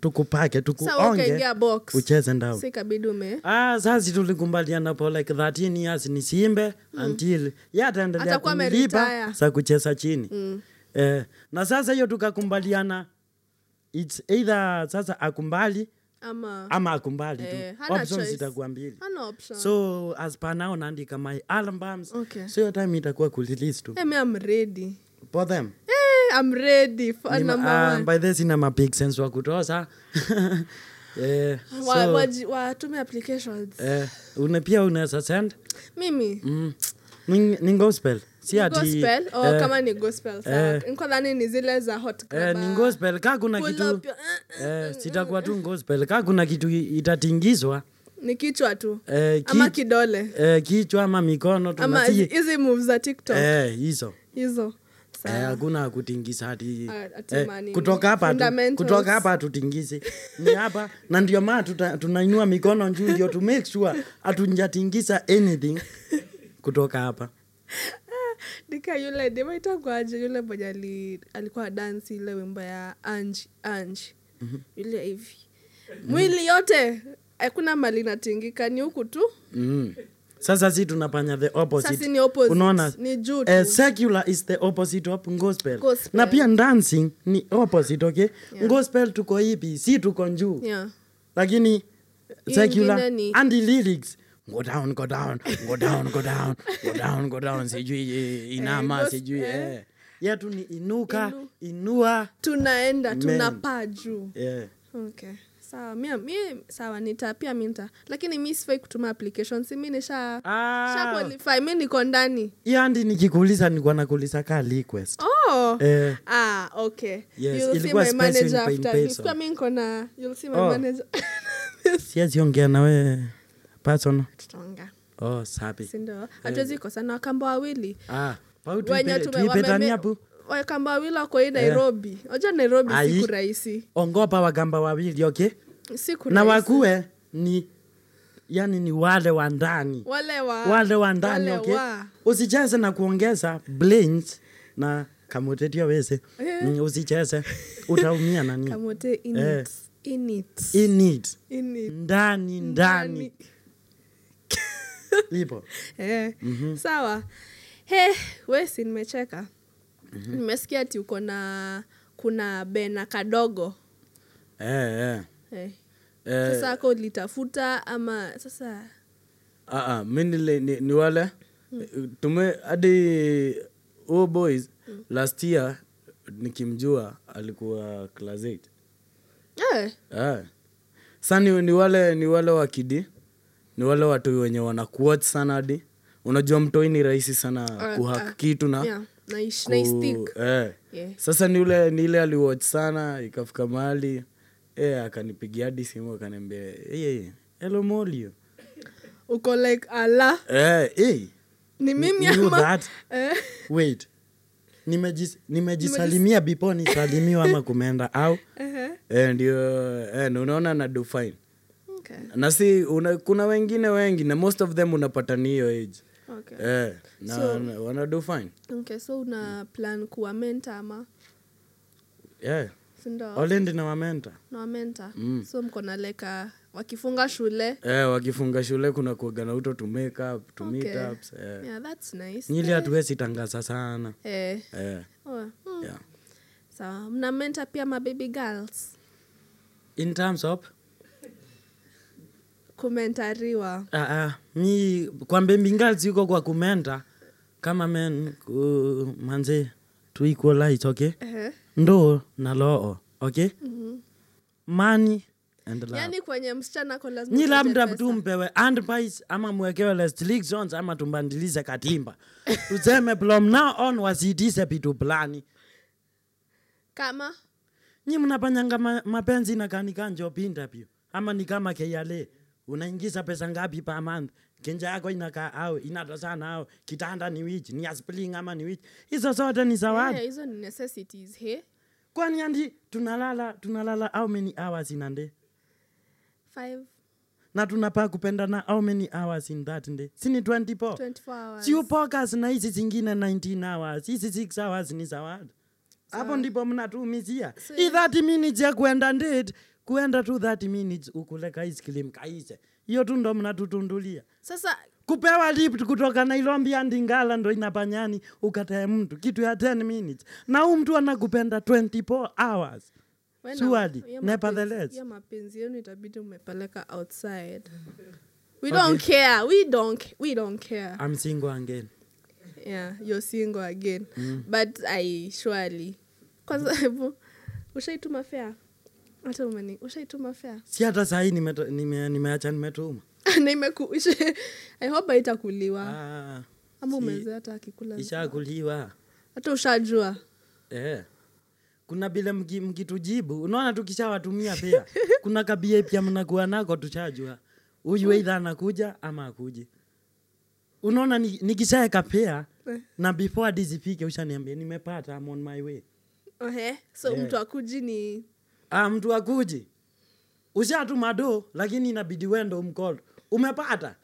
tukupake Sawa, tukuonge ukaingia box. ucheze ndao si kabidi ume Ah, sasi tulikumbaliana po like 13 years nisimbe mm. until ye ataendelea Atakuwa kunilipa ameretire. za kucheza chini mm. eh, na sasa hiyo tukakumbaliana its either sasa akumbali ama ama akumbali Eh, tu hana options choice. itakuwa mbili hana option so as per now naandika my albums Okay. so hiyo time itakuwa kurelease tu Eh, me I'm ready. for them Eh, I'm ready for Nima- number ah, one. by this ina mapig sense wa kutosa eh, Wa- so, waji- watume applications eh, una pia unaweza send mimi Ning- ni gospel Mm. si ati gospel oh, eh, kama ni gospel sawa. Nilikuwa dhani ni zile za hot eh, club, ni ah, gospel ka kuna pull kitu up your- eh, eh, eh, sitakuwa tu gospel ka kuna kitu i- itatingizwa ni kichwa tu eh, ki- ama kidole eh, kichwa ama mikono ama tunasi- hizi moves za tiktok eh, hizo hizo Eh, Sawa. hakuna kutingisa hati Ah, ati eh, manini. kutoka hapa tu- Fundamentals. kutoka hapa hatutingizi ni hapa na ndio maa tunainua mikono juu ndio to make sure hatunjatingisa anything kutoka hapa dika yule demaitagwaje yule mwenye ali- alikuwa dansi ile wimbo ya anji anji Mm-hmm. yule hivi mwili yote hakuna mali inatingika ni huku tu mm. sasa si tunafanya the opposite, Sasa ni opposite, unaona ni juu tu. eh, secular is the opposite of gospel. Gospel. na pia dancing ni opposite okay gospel tuko hivi si tuko njuu yeah. lakini Hii secular ingine ni- and the lyrics go down go down go down go down go down go down sijui eh, inama gos- sijui eh. eh. yetu ni inuka inua tunaenda Men. tunapaa juu yeah. okay sawa mi, mi sawa nita pia minta lakini mi sifai kutuma application si mi nisha sha ah, qualify mi niko ndani hiyo andi nikikuuliza nikuwa nakuuliza ka request oh Eh. ah okay Yes, you'll see ilikuwa my special manager in after Pain this Person. kwa mi niko na you'll see my Oh. manager siwezi ongea nawe personal tutaongea oh sapi sindo hatuwezi kosana wakamba wawili ah pau Wenye tuipete- tume- tuipetanie wameme- hapo wakamba wawili wako hii nairobi oja nairobi Eh. Ai. siku rahisi ongopa wagamba wawili okay siku na rahisi. wakuwe ni yani ni wale wa ndani wale wa wale wa ndani Ah, wale okay wa. usicheze na kuongeza blinds na kamotetia wese Mm, usicheze utaumia nani Eh. kamote in Eh. it. In it. In it. In it. ndani ndani ipo Eh, Mhm. sawa he wesi nimecheka Mhm. nimesikia ati uko na kuna bena kadogo eh, eh. eh. Eh, sasa ako litafuta ama sasa ah, ah, mi nile- ni, ni wale Hmm. Eh, tume hadi huo boys Hmm. last year nikimjua alikuwa class 8 eh, Ah. Sa ni, ni wale ni wale wa kidi ni wale watoi wenye wanakuat sana hadi unajua mtoi ni rahisi sana Ah, uh, ah. kuhak kitu na yeah, naish- naistick. eh. Yeah. sasa ni ule ni ile aliwatch sana ikafika mahali eh, akanipigia hadi simu akaniambia "Hey, hello molio uko like ala eh, eh. ni mimi you ama that? eh, wait Nimejis- nimejisalimia before nisalimiwa ama kumeenda au ehe. eh, ndio eh, na unaona na do fine okay, na si una, kuna wengine wengi na most of them unapata ni hiyo age okay. eh, na, So- na wanado fine okay so una plan kuwa menta ama yeah. sindo olendi na wamenta nawamenta Mm. so mko na like a- wakifunga shule eh, wakifunga shule kuna kuaga na uto to make up to meet Okay. ups, eh. yeah, that's nice nyili hatuwezi tangaza sana eh. Eh, Oh, mm. yeah. sawa mna mentor pia mababy girls in terms of kumentariwa ah, uh, mi kwambe mbingazi yuko kwa kumenta kama men ku, manze to equalize okay Ehe. ndo na loo okay money and love Mm-hmm. yani kwenye msichana ko lazima nyi upate labda pesa. tumpewe handpies ama mwekewe restrictions ama tumbandilize katimba tuseme from now on wasiitise vitu fulani kama nyi mnapanyanga ma, mapenzi na kanikanjo pindapyo ama ni kama KRA unaingiza pesa ngapi per month kenja yako inakaa au inatosana au kitanda ni which ni ya spring ama ni which hizo zote ni zawadi Yeah, eh, hizo ni necessities he kwani andi tunalala tunalala how many hours in a day Five, na tunapaa kupendana how many hours in that day sini 24 24 hours. siupokas na hizi zingine 19 hours hizi 6 hours ni zawadi hapo ndipo mnatumizia So- i 30 minutes ya kuenda ndate kuenda tu 30 minutes ukule kaiskrim kaise hiyo tu ndo mnatutundulia sasa kupewa lift kutoka nairobi hadi ngala ndo inapanyani ukatae mtu kitu ya 10 minutes na huu mtu anakupenda 24 hours we na- Surely, hiyo nevertheless. mapenzi- hiyo mapenzi yenu itabidi umepeleka outside we don't care we don't, we don't care I'm single again. yeah you're single again Mm. but i surely kwanza hebu ushaituma fea hata umeni ushaituma fea si hata sahii nimeacha nime, nimeacha nimetuma na imeku ishe- i hope haitakuliwa ah, ama si- umezea hata akikula Ah, ishakuliwa hata ushajua eh. kuna bile mki- mkitujibu unaona tukishawatumia pia kuna kabia pia mnakuwa nako tushajua huyu eidha anakuja ama akuji unaona ni- nikishaeka pea Eh. na before dizifike ushaniambia nimepata I'm on my way Ohe, so Yeah. mtu akuji ni ah, mtu akuji ushatuma do lakini inabidi wendo umkolo umepata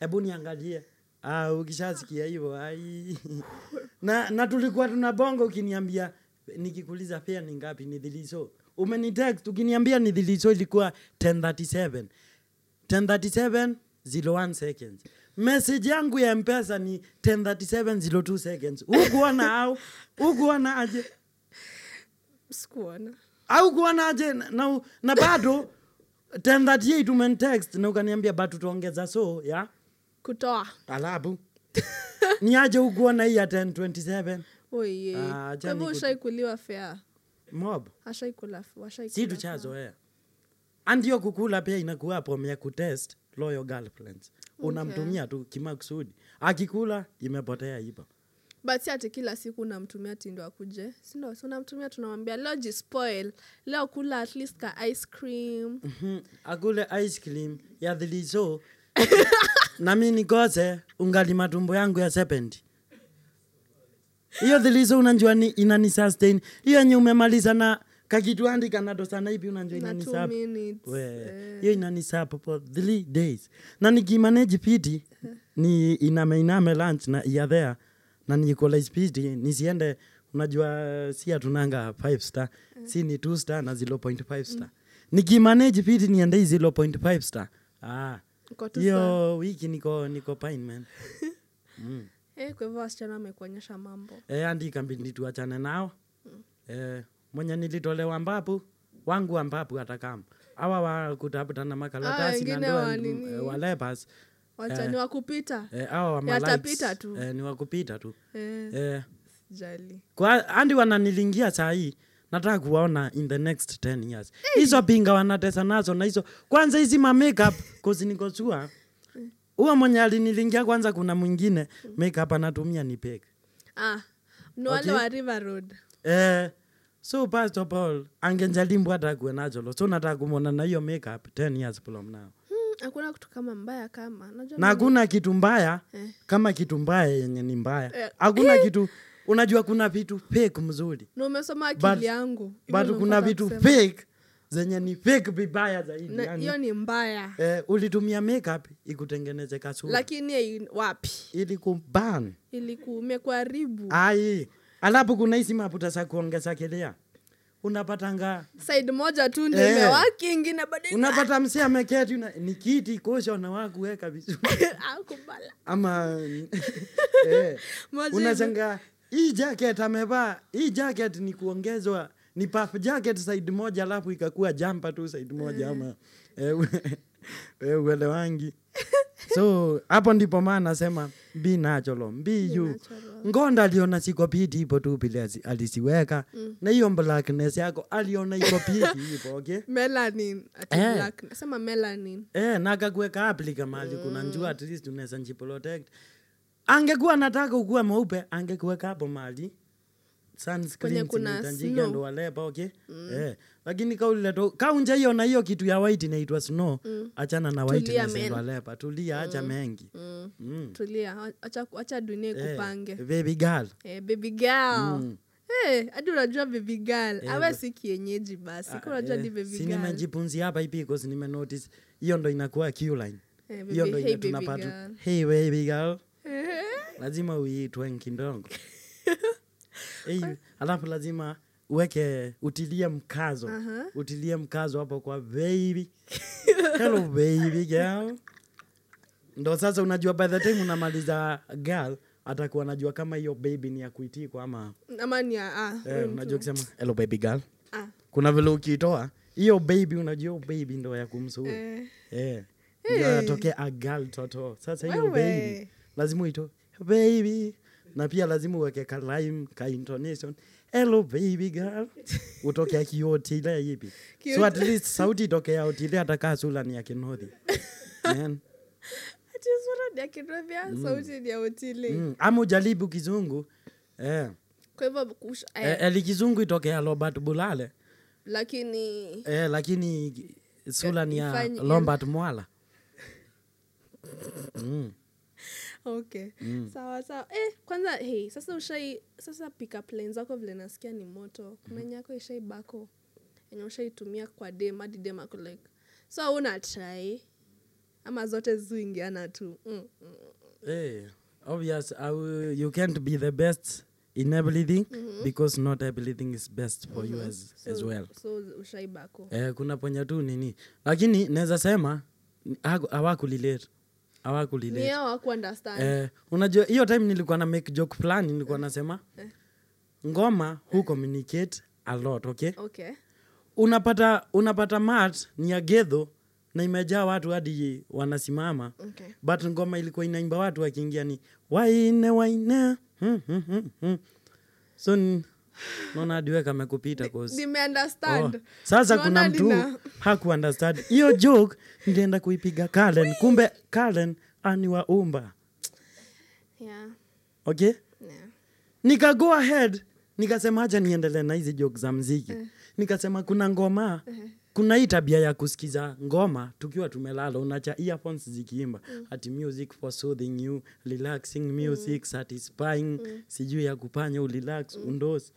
hebu niangalie ah, ukishasikia hivyo ai. na, na tulikuwa tuna bongo ukiniambia nikikuliza pia ni ngapi ni dhiliso umenitext ukiniambia ni dhiliso ilikuwa 1037 1037 01 seconds message yangu ya mpesa ni 1037 02 seconds hukuona au hukuona aje sikuona au kuonaje na, na, na bado 1038 umentext na ukaniambia bado tutaongeza so ya kutoa alabu ni aje ukuona hii ya 1027 oye Ah, Kwa acha hivyo niku- ushaikuliwa fea mob ashaikula washaikula si eh. fea. tushazoea andio kukula pia inakuwa pom ya kutest loyal girlfriends unamtumia tu kimakusudi akikula imepotea hivo but si ati kila siku unamtumia tindo akuje sindo si unamtumia tunamwambia leo jispoil leo kula at least ka ice cream Mhm. akule ice cream ya dhilizo nami nikose ungali matumbo yangu ya sependi hiyo dhilizo unanjua ni inani sustain hiyo yenye umemaliza na kakitwandi kanado sana hivi unanjua na inani two sap minutes We, Eh, hiyo inani sap for three days na nikimanage piti ni iname iname lunch na ya there na nikolais piti nisiende unajua sia tunanga 5 star si ni 2 star na 0.5 star nikimanage piti niende hii 0.5 star ah uko tu sawa. hiyo wiki niko niko pine man Eh, kwa hivyo wasichana wamekuonyesha mambo eh andi ikambidi tuachane nao eh mwenye nilitolewa mbapu wangu ambapu hata kama awa wa kutafuta na makaratasi na wengine ndoa wa mm, nini? eh, wa lepers wachani Eh. wa kupita eh, awa wa Yatapita malights, tu. eh, ni wakupita tu Eh, eh, sijali kwa andi wananilingia sahii nataka kuwaona in the next 10 years hizo pinga wanatesa nazo na hizo kwanza hizi ma makeup kozi niko sure Mm. huo mwenye alinilingia kwanza kuna mwingine makeup anatumia ni peke ah ni wale Okay. wa river road eh, so pastor paul angenjalimbwa atakuwe najolo so nataka kumwona na hiyo makeup 10 years from now Hmm, hakuna kutu kama mbaya kama najua mimi- na hakuna kitu mbaya Eh. kama kitu mbaya yenye ni mbaya Eh. hakuna kitu unajua kuna vitu fake mzuri na umesoma But- akili yangu Hivyo but ndo kuna nataka vitu kusema. fake zenye ni fake vibaya zaidi Na yani, hiyo ni mbaya eh, ulitumia makeup ikutengeneze kasura lakini eh, wapi ili kuban ilikumekuharibu ai alafu kuna hizi maputa za kuongeza kelea unapatanga side moja tu ndio Eh. imewaki ingine bado iko- unapata msee ameketi una- ni kiti kosha unawaa kuweka vizuri Ah, kubala. ama eh, Majibu. unashangaa hii jacket amevaa hii jacket ni kuongezwa ni puff jacket side moja alafu ikakuwa jampa tu side moja ama eh, ue- eh, uelewangi so hapo ndipo maa nasema mbi nacholo mbi yu natural. ngonda aliona sikopiti ipo tu pile asi- alisiweka na hiyo blackness yako aliona ikopiti ipo okay? Melanin, ati Eh. black. Nasema melanin. Eh, na akakuweka aplika mahali kuna njua Mm. at least unaweza njiprotect angekuwa nataka ukuwa mweupe angekuweka hapo mahali Kwenye kuna snow. Mm. ndo walepa okay eh. lakini kaulileto kaunja hiyo na hiyo kitu ya white inaitwa snow achana na white Mm. Tulia Mm. na men. snow walepa tulia acha mengi tulia wacha- wacha dunia Hmm. Eh, Hmm. ikupange baby girl Eh, baby girl Eh, hadi unajua baby girl awe si kienyeji basi Eh, Ah, Kwa unajua eh, ni baby si girl. nimejipunzia hapa hivi because nimenotice hiyo ndo inakuwa Q line Eh, hiyo baby- ndo hey, ile baby tunapata girl. hey baby girl Eh, lazima uitwe nkindongo hey, alafu lazima uweke utilie mkazo utilie mkazo hapo kwa baby hello baby girl ndo sasa unajua by the time unamaliza girl atakuwa najua kama hiyo baby ni ya kuitikwa ama ama ni ya- ah, eh, mm, unajua kusema hello baby girl ah, kuna vile ukiitoa hiyo baby unajua baby ndo ya kumsuru eh, eh. ndio atokee agal toto sasa hiyo Wewe. baby lazima uito baby na pia lazima uweke ka lime ka intonation hello baby girl utokea kiotile ipi Kio- so at least sauti itokea otile atakaa sula ni ya kinodhi Man. ati sura ni ya Kinuthia, Hmm. sauti ni ya Otile. Mm. ama ujaribu kizungu eh. kwa hivyo kush- eh, Eh, eli kizungu itokea robert bulale lakini eh, lakini sula ni ya Ifanye- lombert mwala Mm. okay sawa sawa eh, kwanza hey, sasa ushai sasa pika plan zako vile nasikia ni moto Mm-hmm. kuna yenye yako ishaibako enye ushaitumia kwa dem hadi dem ako like so una try ama zote zuingiana tu mm. mm. Hey, Eh, obvious. I will, you can't be the best in everything because not everything is best for you as, as well. so ushaibako Eh, kuna ponya tu nini, lakini naweza sema ni- haku- hawakulilate hawakulilate. nia waku understand Eh, unajua hiyo time nilikuwa na make joke plan, nilikuwa nasema ngoma hu communicate a lot, okay? okay Unapata unapata mat ni ya gedho na imejaa watu hadi wanasimama okay but ngoma ilikuwa inaimba watu wakiingia ni waine waine Hmm, hmm, hmm, hmm. so n- naona adiweka amekupita 'cause- nimeunderstand Oh, sasa Naona kuna mtu nina- hakuunderstand hiyo joke nilienda kuipiga Karen kumbe Karen ani wa umba yeah, okay yeah. nika go ahead nikasema hacha niendelee na hizi joke za mziki Eh. nikasema kuna ngoma kuna hii tabia ya kusikiza ngoma tukiwa tumelala unacha earphones zikiimba Mm. ati music for soothing you relaxing music satisfying Mm. sijui ya kupanya urelax undosi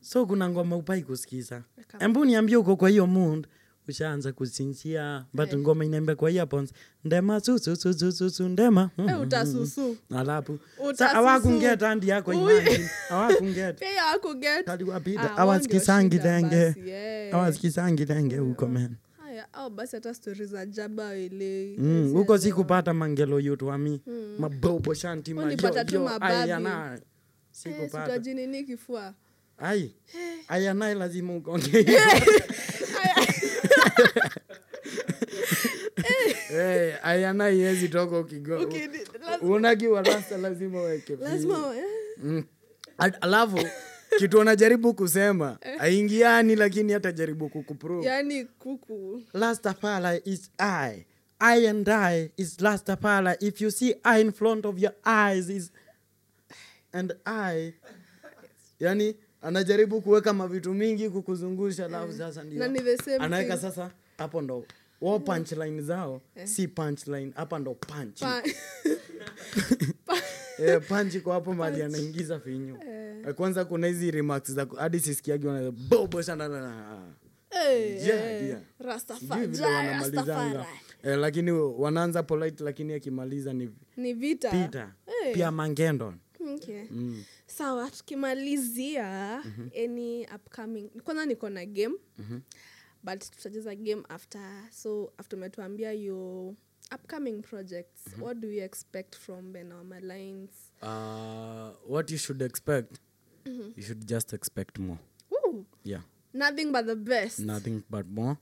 so kuna ngoma upai kusikiza Eh, Kama- embu niambie uko kwa hiyo mood ushaanza kusinzia but Eh. ngoma inaimba kwa earphones ndema sususususu ndema mm, Eh, mm, utasusu alafu Utasusu. sa awakunget andi yako Ui. Ah, imagine awakunget pia wakuget kaliwapita awaskisangi lenge eh. awaskisangi lenge Mm. huko men haya au basi hata stori za jaba ile Mm, huko sikupata mangelo yutwami mabobo shanti ma- Ulipata yo- Mm. tu Eh, yo, mababi. ayana. sikupata sitajinini kifua ai Eh. ayanaye lazima ukonge Eh, ayana iwezi toka ukigo Okay, ni- laz- unagiwa rasta lazima weke lazima eh, Al- alafu kitu anajaribu kusema Eh. aingiani lakini hatajaribu kukuprove yani yaani kuku Rastafari is I. I and I is Rastafari. If you see I in front of your eyes is and i yani anajaribu kuweka mavitu mingi kukuzungusha alafu sasa Eh. na ni ndio the same anaweka thing. Eh. sasa hapo ndo wo punchline zao si punchline hapa ndo punch Pa- eh, punch kwa hapo mali anaingiza finyu Eh, kwanza kuna hizi remarks za ku- hadi sisikiagi wana bobo sana na- na- Eh, Yeah, eh, yeah. Rastafa- sijui vile Ja- wanamalizanga Rastafari. eh, lakini wanaanza polite lakini akimaliza ni ni vita Peter. Eh. Pia Mangendo. Okay. sawa tukimalizia any upcoming kwanza niko na game but tutacheza game after so after umetuambia your upcoming projects what do you expect from benoma lines uh, what you should expect you should just expect more Woo! yeah nothing but the best nothing but more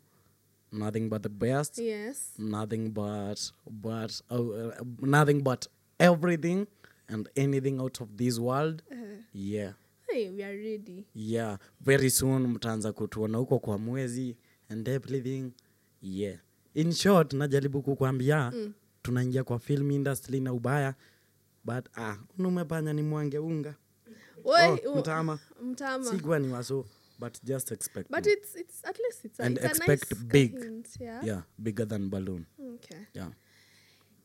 nothing but the best yes nothing but but uh, uh, nothing but everything and anything out of this world Uh-huh. yeah hey, we are ready yeah very soon mtaanza kutuona huko kwa mwezi and everything yeah in short najaribu kukwambia Mm. tunaingia kwa film industry na ubaya but ah, numepanya ni mwange unga Woi, Oh, u- mtama mtama. sikuwa ni waso but just expect but more. it's, it's at least it's a, And it's expect a nice big. hint, yeah? yeah bigger than balloon Okay. yeah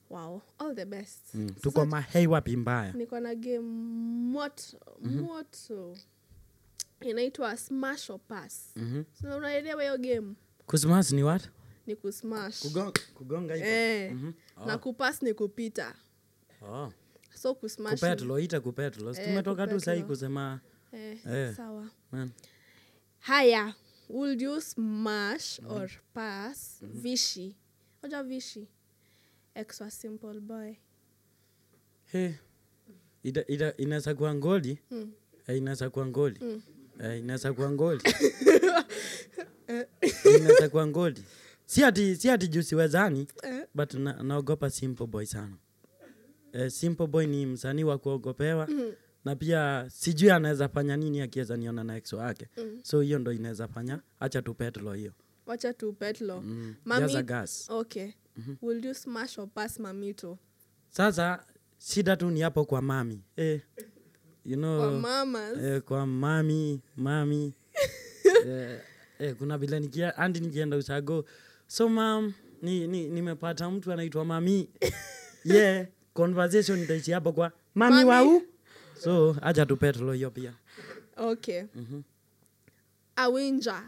wow all the best mm. Sasa tuko mahei wapi mbaya niko na game moto Mm-hmm. moto inaitwa smash or pass Mhm. so unaelewa hiyo game kusmas ni wat ni kusmash kugonga eh, Mm-hmm. na kupass ni kupita oh. so kusmash ni- kupetlo ita kupetlo Eh, tumetoka tu sahi kupetlo. kusema eh, Eh. sawa man haya would you smash Mhm. or pass vishi oja vishi extra simple boy hey. ita, ita, inaweza kuwa ngoli Mm. eh, inaweza kuwa ngoli Hmm. eh, inaweza kuwa ngoli Eh, inaweza kuwa ngoli si ati si ati juu siwezani Eh. but na, naogopa simple boy sana eh, simple boy ni msanii wa kuogopewa Hmm. mm. na pia sijui anaweza fanya nini akiweza niona na exo wake Hmm. mm. so hiyo ndo inaweza fanya hacha tupetlo hiyo Hmm. wacha tu petlo mm. Jaza gas. Mhm. okay will you smash or pass mamito sasa shida tu ni hapo kwa mami eh, you know, Kwa mamas. eh, kwa mami mami eh, eh, kuna vile nikia andi nikienda ushago so mam ni, ni, nimepata mtu anaitwa mami ye yeah, conversation itaishi hapo kwa mami, Mami. wau so acha tupetlo hiyo pia okay Mhm. awinja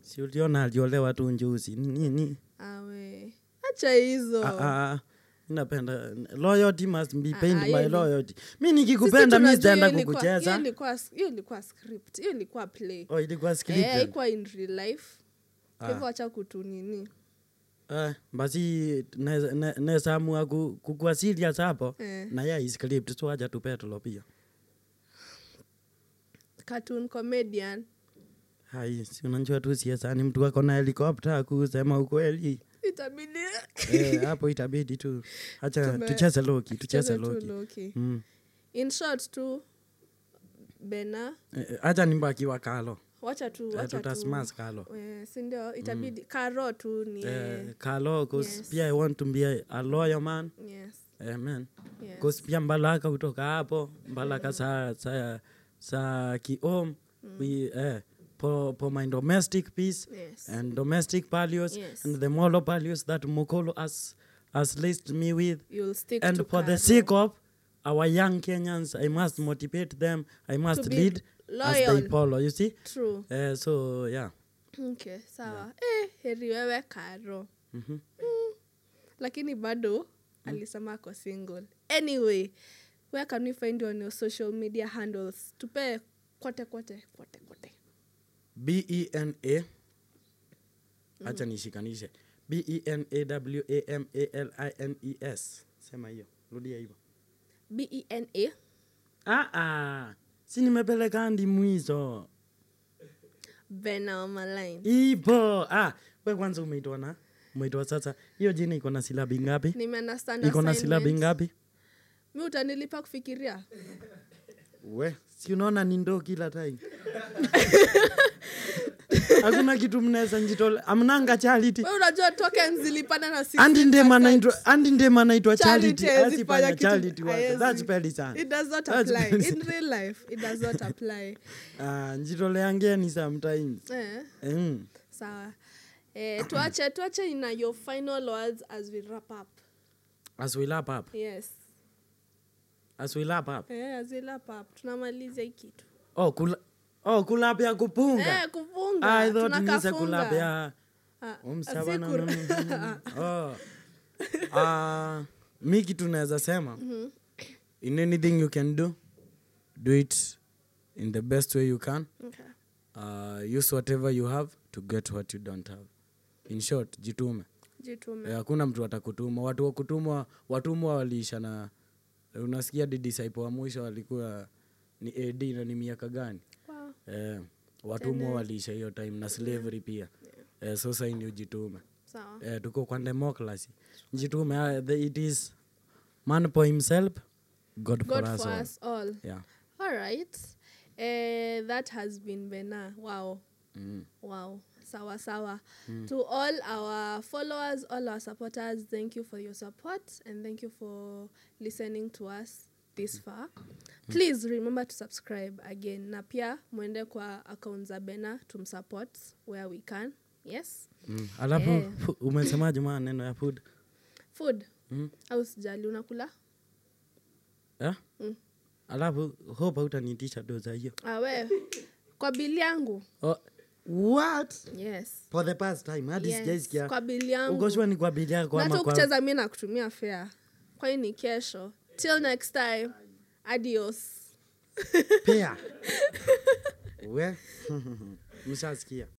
si uliona aliolewa tu njuzi ni nini awe acha hizo Ah, ah, ah. napenda loyalty must be Ah, paid ah, by hiyo ni- loyalty mi Sisi nikikupenda mi tunajua sitaenda hiyo ilikuwa- hiyo kukucheza ilikuwa- hiyo ilikuwa script hiyo ilikuwa play oh, Ah. ilikuwa Eh, scripted. haikuwa in real life kwa hivyo acha kutunini Eh, basi naweza- na- naweza amua ku- kukuwa serious hapo Eh. na yeye script so aja tupetlo pia cartoon comedian hai si unanjua tu siesani mtu ako na helikopta kusema ukweli itabidi Eh, hapo itabidi tu hacha Tume- tucheze loki Tucheze tucheze tu loki Loki. Mm. in short tu bena Eh, eh, hacha nimbakiwa kalo wacha tu Eh, wacha tu- tutasmash kalo Eh, si ndio itabidi karo tu ni Mm. Eh, kalo 'cause Yes. pia i want to be a lawyer man yes, amen yes. Yes. pia mbalaka kutoka hapo mbalaka sa, sa, sa kiom mm. eh, po, po my domestic peace Yes. and domestic values Yes. and the moral values that mokolo has, has laced me with You'll stick and to for the Karo. sake of our young kenyans i must motivate them i must be lead as they loyal. follow you see true eh, so yeah okay sawa eh, heri wewe karo Mhm. Mm. lakini Mm. bado alisema ako single anyway where can we find you on your social media handles tupe kote kote kote kote E bena Mm. hacha nishikanishe E benawamales sema hiyo rudia hivyo E bena ah, ah. si nimepeleka andi mwizo benaomaline ipo ah, we kwanza umeitwa na umeitwa sasa hiyo jina iko na silabi ngapi iko na silabi nimeandastand ngapi mi utanilipa kufikiria we si unaona ni ndoo kila time hakuna kitu mnaweza njitole amnanga charity we unajua token zilipana na 60%. andi ndema anaitwa andi ndema anaitwa Charity charity haezi asifanya fanya kitu- charity wake haezi. that's very sana It does not That's apply. very- In real life, it does not apply. ah njitoleangeni sometimes Eh. mm. sawa eh, tuache tuache na your final words as we wrap up as we lap up yes as we lap up eh, as we wrap up tunamaliza hii kitu oh kula oh kulapya kupunga eh, kufunga Ah, I thought niweze tunakafunga. kulapya Ah, Umsaba na- siku- oh. Ah, uh, mi kitu naweza sema Mm-hmm. in anything you can do do it in the best way you can Okay. uh, use whatever you have to get what you don't have in short jitume jitume Eh, hakuna mtu atakutuma watu wakutumwa watumwa waliisha na unasikia the disciple wa mwisho walikuwa ni ad na ni miaka gani Wow. eh, watumwa waliisha hiyo time na slavery pia eh, so saini ujitume sawa eh, tuko kwa democracy jitume ah, the- it is man for himself god, god for us, for all. us all Yeah. all right eh, that has been bena wow Mm. Wow. Sawa sawa. Mm. To all our followers, all our supporters, thank you for your support and thank you for listening to us. this Mm-hmm. far Mm. please remember to subscribe again na pia mwende kwa account za bena tumsupport where we can yes Mm. alafu Eh. fu- umesemaje maa neno ya food food Mm. au sijali unakula Eh? Mm. alafu hope hautaniitisha do za hiyo awe Ah, kwa bili yangu oh, what yes for the past time hadi Yes, sijaisikia kwa bili yangu ugoshwa ni kwa bili yako nata ama kwa kucheza mi na kutumia fea kwani ni kesho till next time adios pea we mshasikia